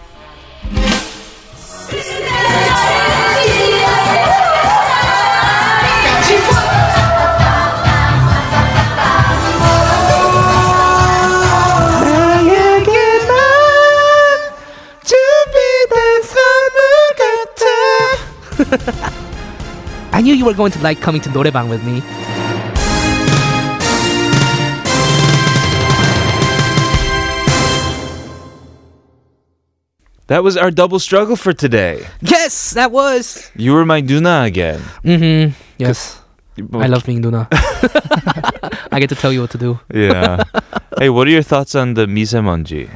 [SPEAKER 2] you were going to like coming to 노래방 with me.
[SPEAKER 3] That was our double struggle for today.
[SPEAKER 2] Yes, that was.
[SPEAKER 3] You were my Duna again.
[SPEAKER 2] Mm-hmm. Yes. I love being Luna. I get to tell you what to do.
[SPEAKER 3] Yeah. hey, what are your thoughts on the Misemonji?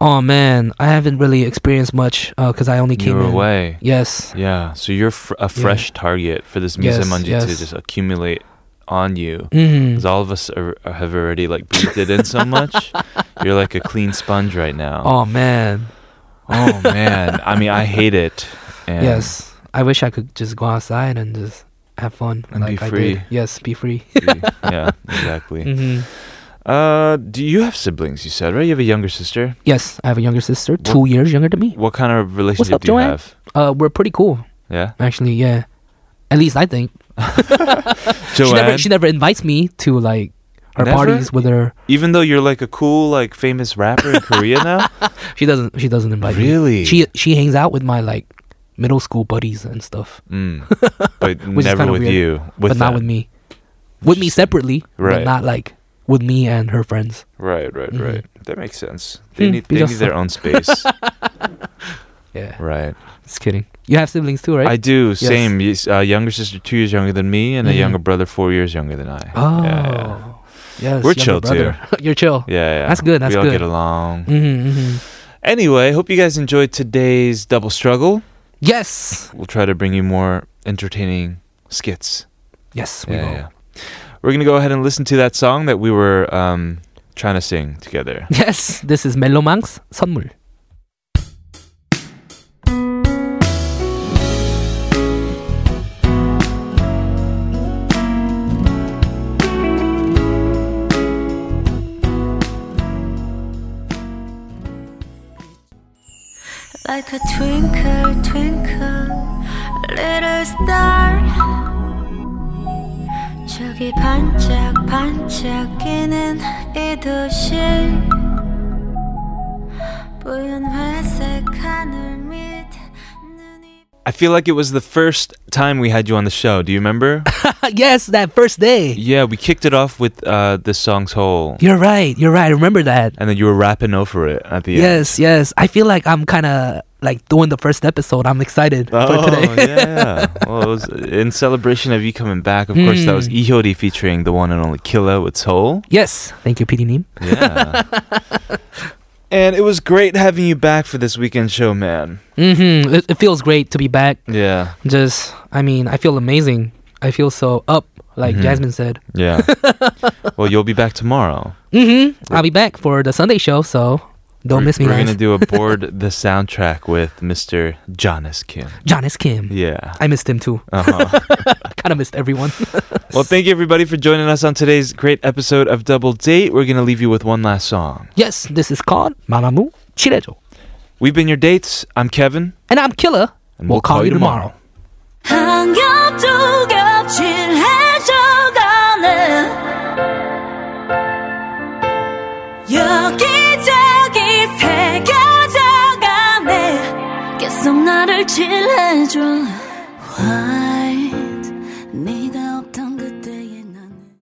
[SPEAKER 2] Oh man, I haven't really experienced much because I only came
[SPEAKER 3] You're
[SPEAKER 2] in.
[SPEAKER 3] away.
[SPEAKER 2] Yes.
[SPEAKER 3] Yeah. So you're fr- a
[SPEAKER 2] Yeah.
[SPEAKER 3] fresh target for this
[SPEAKER 2] Yes,
[SPEAKER 3] Misemonji to
[SPEAKER 2] yes.
[SPEAKER 3] just accumulate on you.
[SPEAKER 2] Mhm.
[SPEAKER 3] Because all of us are, are- have already like breathed it in so much. You're like a clean sponge right now.
[SPEAKER 2] Oh man.
[SPEAKER 3] Oh, man. I mean, I hate it. And
[SPEAKER 2] Yes. I wish I could just go outside and just have fun
[SPEAKER 3] And be
[SPEAKER 2] like I
[SPEAKER 3] free.
[SPEAKER 2] did. Yes, be free.
[SPEAKER 3] yeah, exactly.
[SPEAKER 2] Mhm.
[SPEAKER 3] Uh, do you have siblings? You said right. You have a younger sister.
[SPEAKER 2] yes, I have a younger sister, two years younger than me.
[SPEAKER 3] What kind of
[SPEAKER 2] What's up,
[SPEAKER 3] relationship do you
[SPEAKER 2] Joanne?
[SPEAKER 3] have?
[SPEAKER 2] Uh, we're pretty cool,
[SPEAKER 3] Yeah,
[SPEAKER 2] actually. Yeah, at least I think. she never
[SPEAKER 3] Joanne?
[SPEAKER 2] she never invites me to like her
[SPEAKER 3] Never?
[SPEAKER 2] parties with her.
[SPEAKER 3] Even though you're like a cool, like famous rapper in Korea now.
[SPEAKER 2] She doesn't she doesn't invite me.
[SPEAKER 3] Really?
[SPEAKER 2] She she hangs out with my like middle school buddies and stuff.
[SPEAKER 3] Mm. But
[SPEAKER 2] Which is
[SPEAKER 3] never
[SPEAKER 2] kinda
[SPEAKER 3] with
[SPEAKER 2] weird,
[SPEAKER 3] you.
[SPEAKER 2] but
[SPEAKER 3] With
[SPEAKER 2] not
[SPEAKER 3] them.
[SPEAKER 2] with me. With me separately,
[SPEAKER 3] Right.
[SPEAKER 2] but not like with me and her friends.
[SPEAKER 3] Right, right,
[SPEAKER 2] Mhm.
[SPEAKER 3] right. That makes sense. They
[SPEAKER 2] Hmm,
[SPEAKER 3] need they need
[SPEAKER 2] because-
[SPEAKER 3] their own space.
[SPEAKER 2] Yeah.
[SPEAKER 3] right.
[SPEAKER 2] Just kidding. You have siblings too, right?
[SPEAKER 3] I do.
[SPEAKER 2] Yes.
[SPEAKER 3] Same. Yes, Uh, younger sister two years younger than me, and
[SPEAKER 2] Mhm.
[SPEAKER 3] a younger brother four years younger than I.
[SPEAKER 2] Oh.
[SPEAKER 3] Yeah.
[SPEAKER 2] Yes, younger
[SPEAKER 3] We're chill
[SPEAKER 2] brother. You're chill.
[SPEAKER 3] Yeah, yeah.
[SPEAKER 2] That's good. That's
[SPEAKER 3] we
[SPEAKER 2] good.
[SPEAKER 3] all get along.
[SPEAKER 2] Mhm, mhm.
[SPEAKER 3] Anyway, hope you guys enjoyed today's double struggle.
[SPEAKER 2] Yes.
[SPEAKER 3] We'll try to bring you more entertaining skits.
[SPEAKER 2] Yes, we will.
[SPEAKER 3] We're gonna go ahead and listen to that song that we were um, trying to sing together.
[SPEAKER 2] Yes, this is Melomanx 선물.
[SPEAKER 10] Like a twinkle, twinkle, little star. 저기 반짝 반짝이는 이 도시. 뿌연 회색 하늘 밑.
[SPEAKER 3] I feel like it was the first time we had you on the show. Do you remember?
[SPEAKER 2] yes, that first day.
[SPEAKER 3] yeah, we kicked it off with uh, this song's whole,
[SPEAKER 2] You're right. You're right. I remember that.
[SPEAKER 3] and then you were rapping over it at the end.
[SPEAKER 2] Yes, yes. I feel like I'm kind of like doing the first episode. I'm excited for
[SPEAKER 3] Oh
[SPEAKER 2] today.
[SPEAKER 3] yeah! Well, it was in celebration of you coming back. Of course, that was
[SPEAKER 2] Mm.
[SPEAKER 3] Ihyori featuring the one and only Killa with Soul.
[SPEAKER 2] yes. Thank you, PD Neem.
[SPEAKER 3] Yeah. and it was great having you back for this weekend show, man.
[SPEAKER 2] Mm-hmm. It, it feels great to be back.
[SPEAKER 3] Yeah.
[SPEAKER 2] Just, I mean, I feel amazing. I feel so up, like
[SPEAKER 3] Mhm.
[SPEAKER 2] Jasmine said.
[SPEAKER 3] Yeah. well, you'll be back tomorrow.
[SPEAKER 2] Mm-hmm. I'll be back for the Sunday show, so don't
[SPEAKER 3] We're-
[SPEAKER 2] miss me,
[SPEAKER 3] We're
[SPEAKER 2] guys.
[SPEAKER 3] gonna do a board the soundtrack with Mr. Jonas Kim.
[SPEAKER 2] John S. Kim.
[SPEAKER 3] Yeah.
[SPEAKER 2] I missed him too.
[SPEAKER 3] Uh-huh.
[SPEAKER 2] kind of missed everyone.
[SPEAKER 3] well, thank you everybody for joining us on today's great episode of Double Date. We're gonna leave you with one last song.
[SPEAKER 2] yes, this is called Mamamoo Chirejo.
[SPEAKER 3] We've been your dates. I'm Kevin.
[SPEAKER 2] And I'm Killer.
[SPEAKER 3] And we'll call you tomorrow.
[SPEAKER 10] 한겹두겹 칠해져가는 여기저기 새겨져가네 계속 나를 칠해줘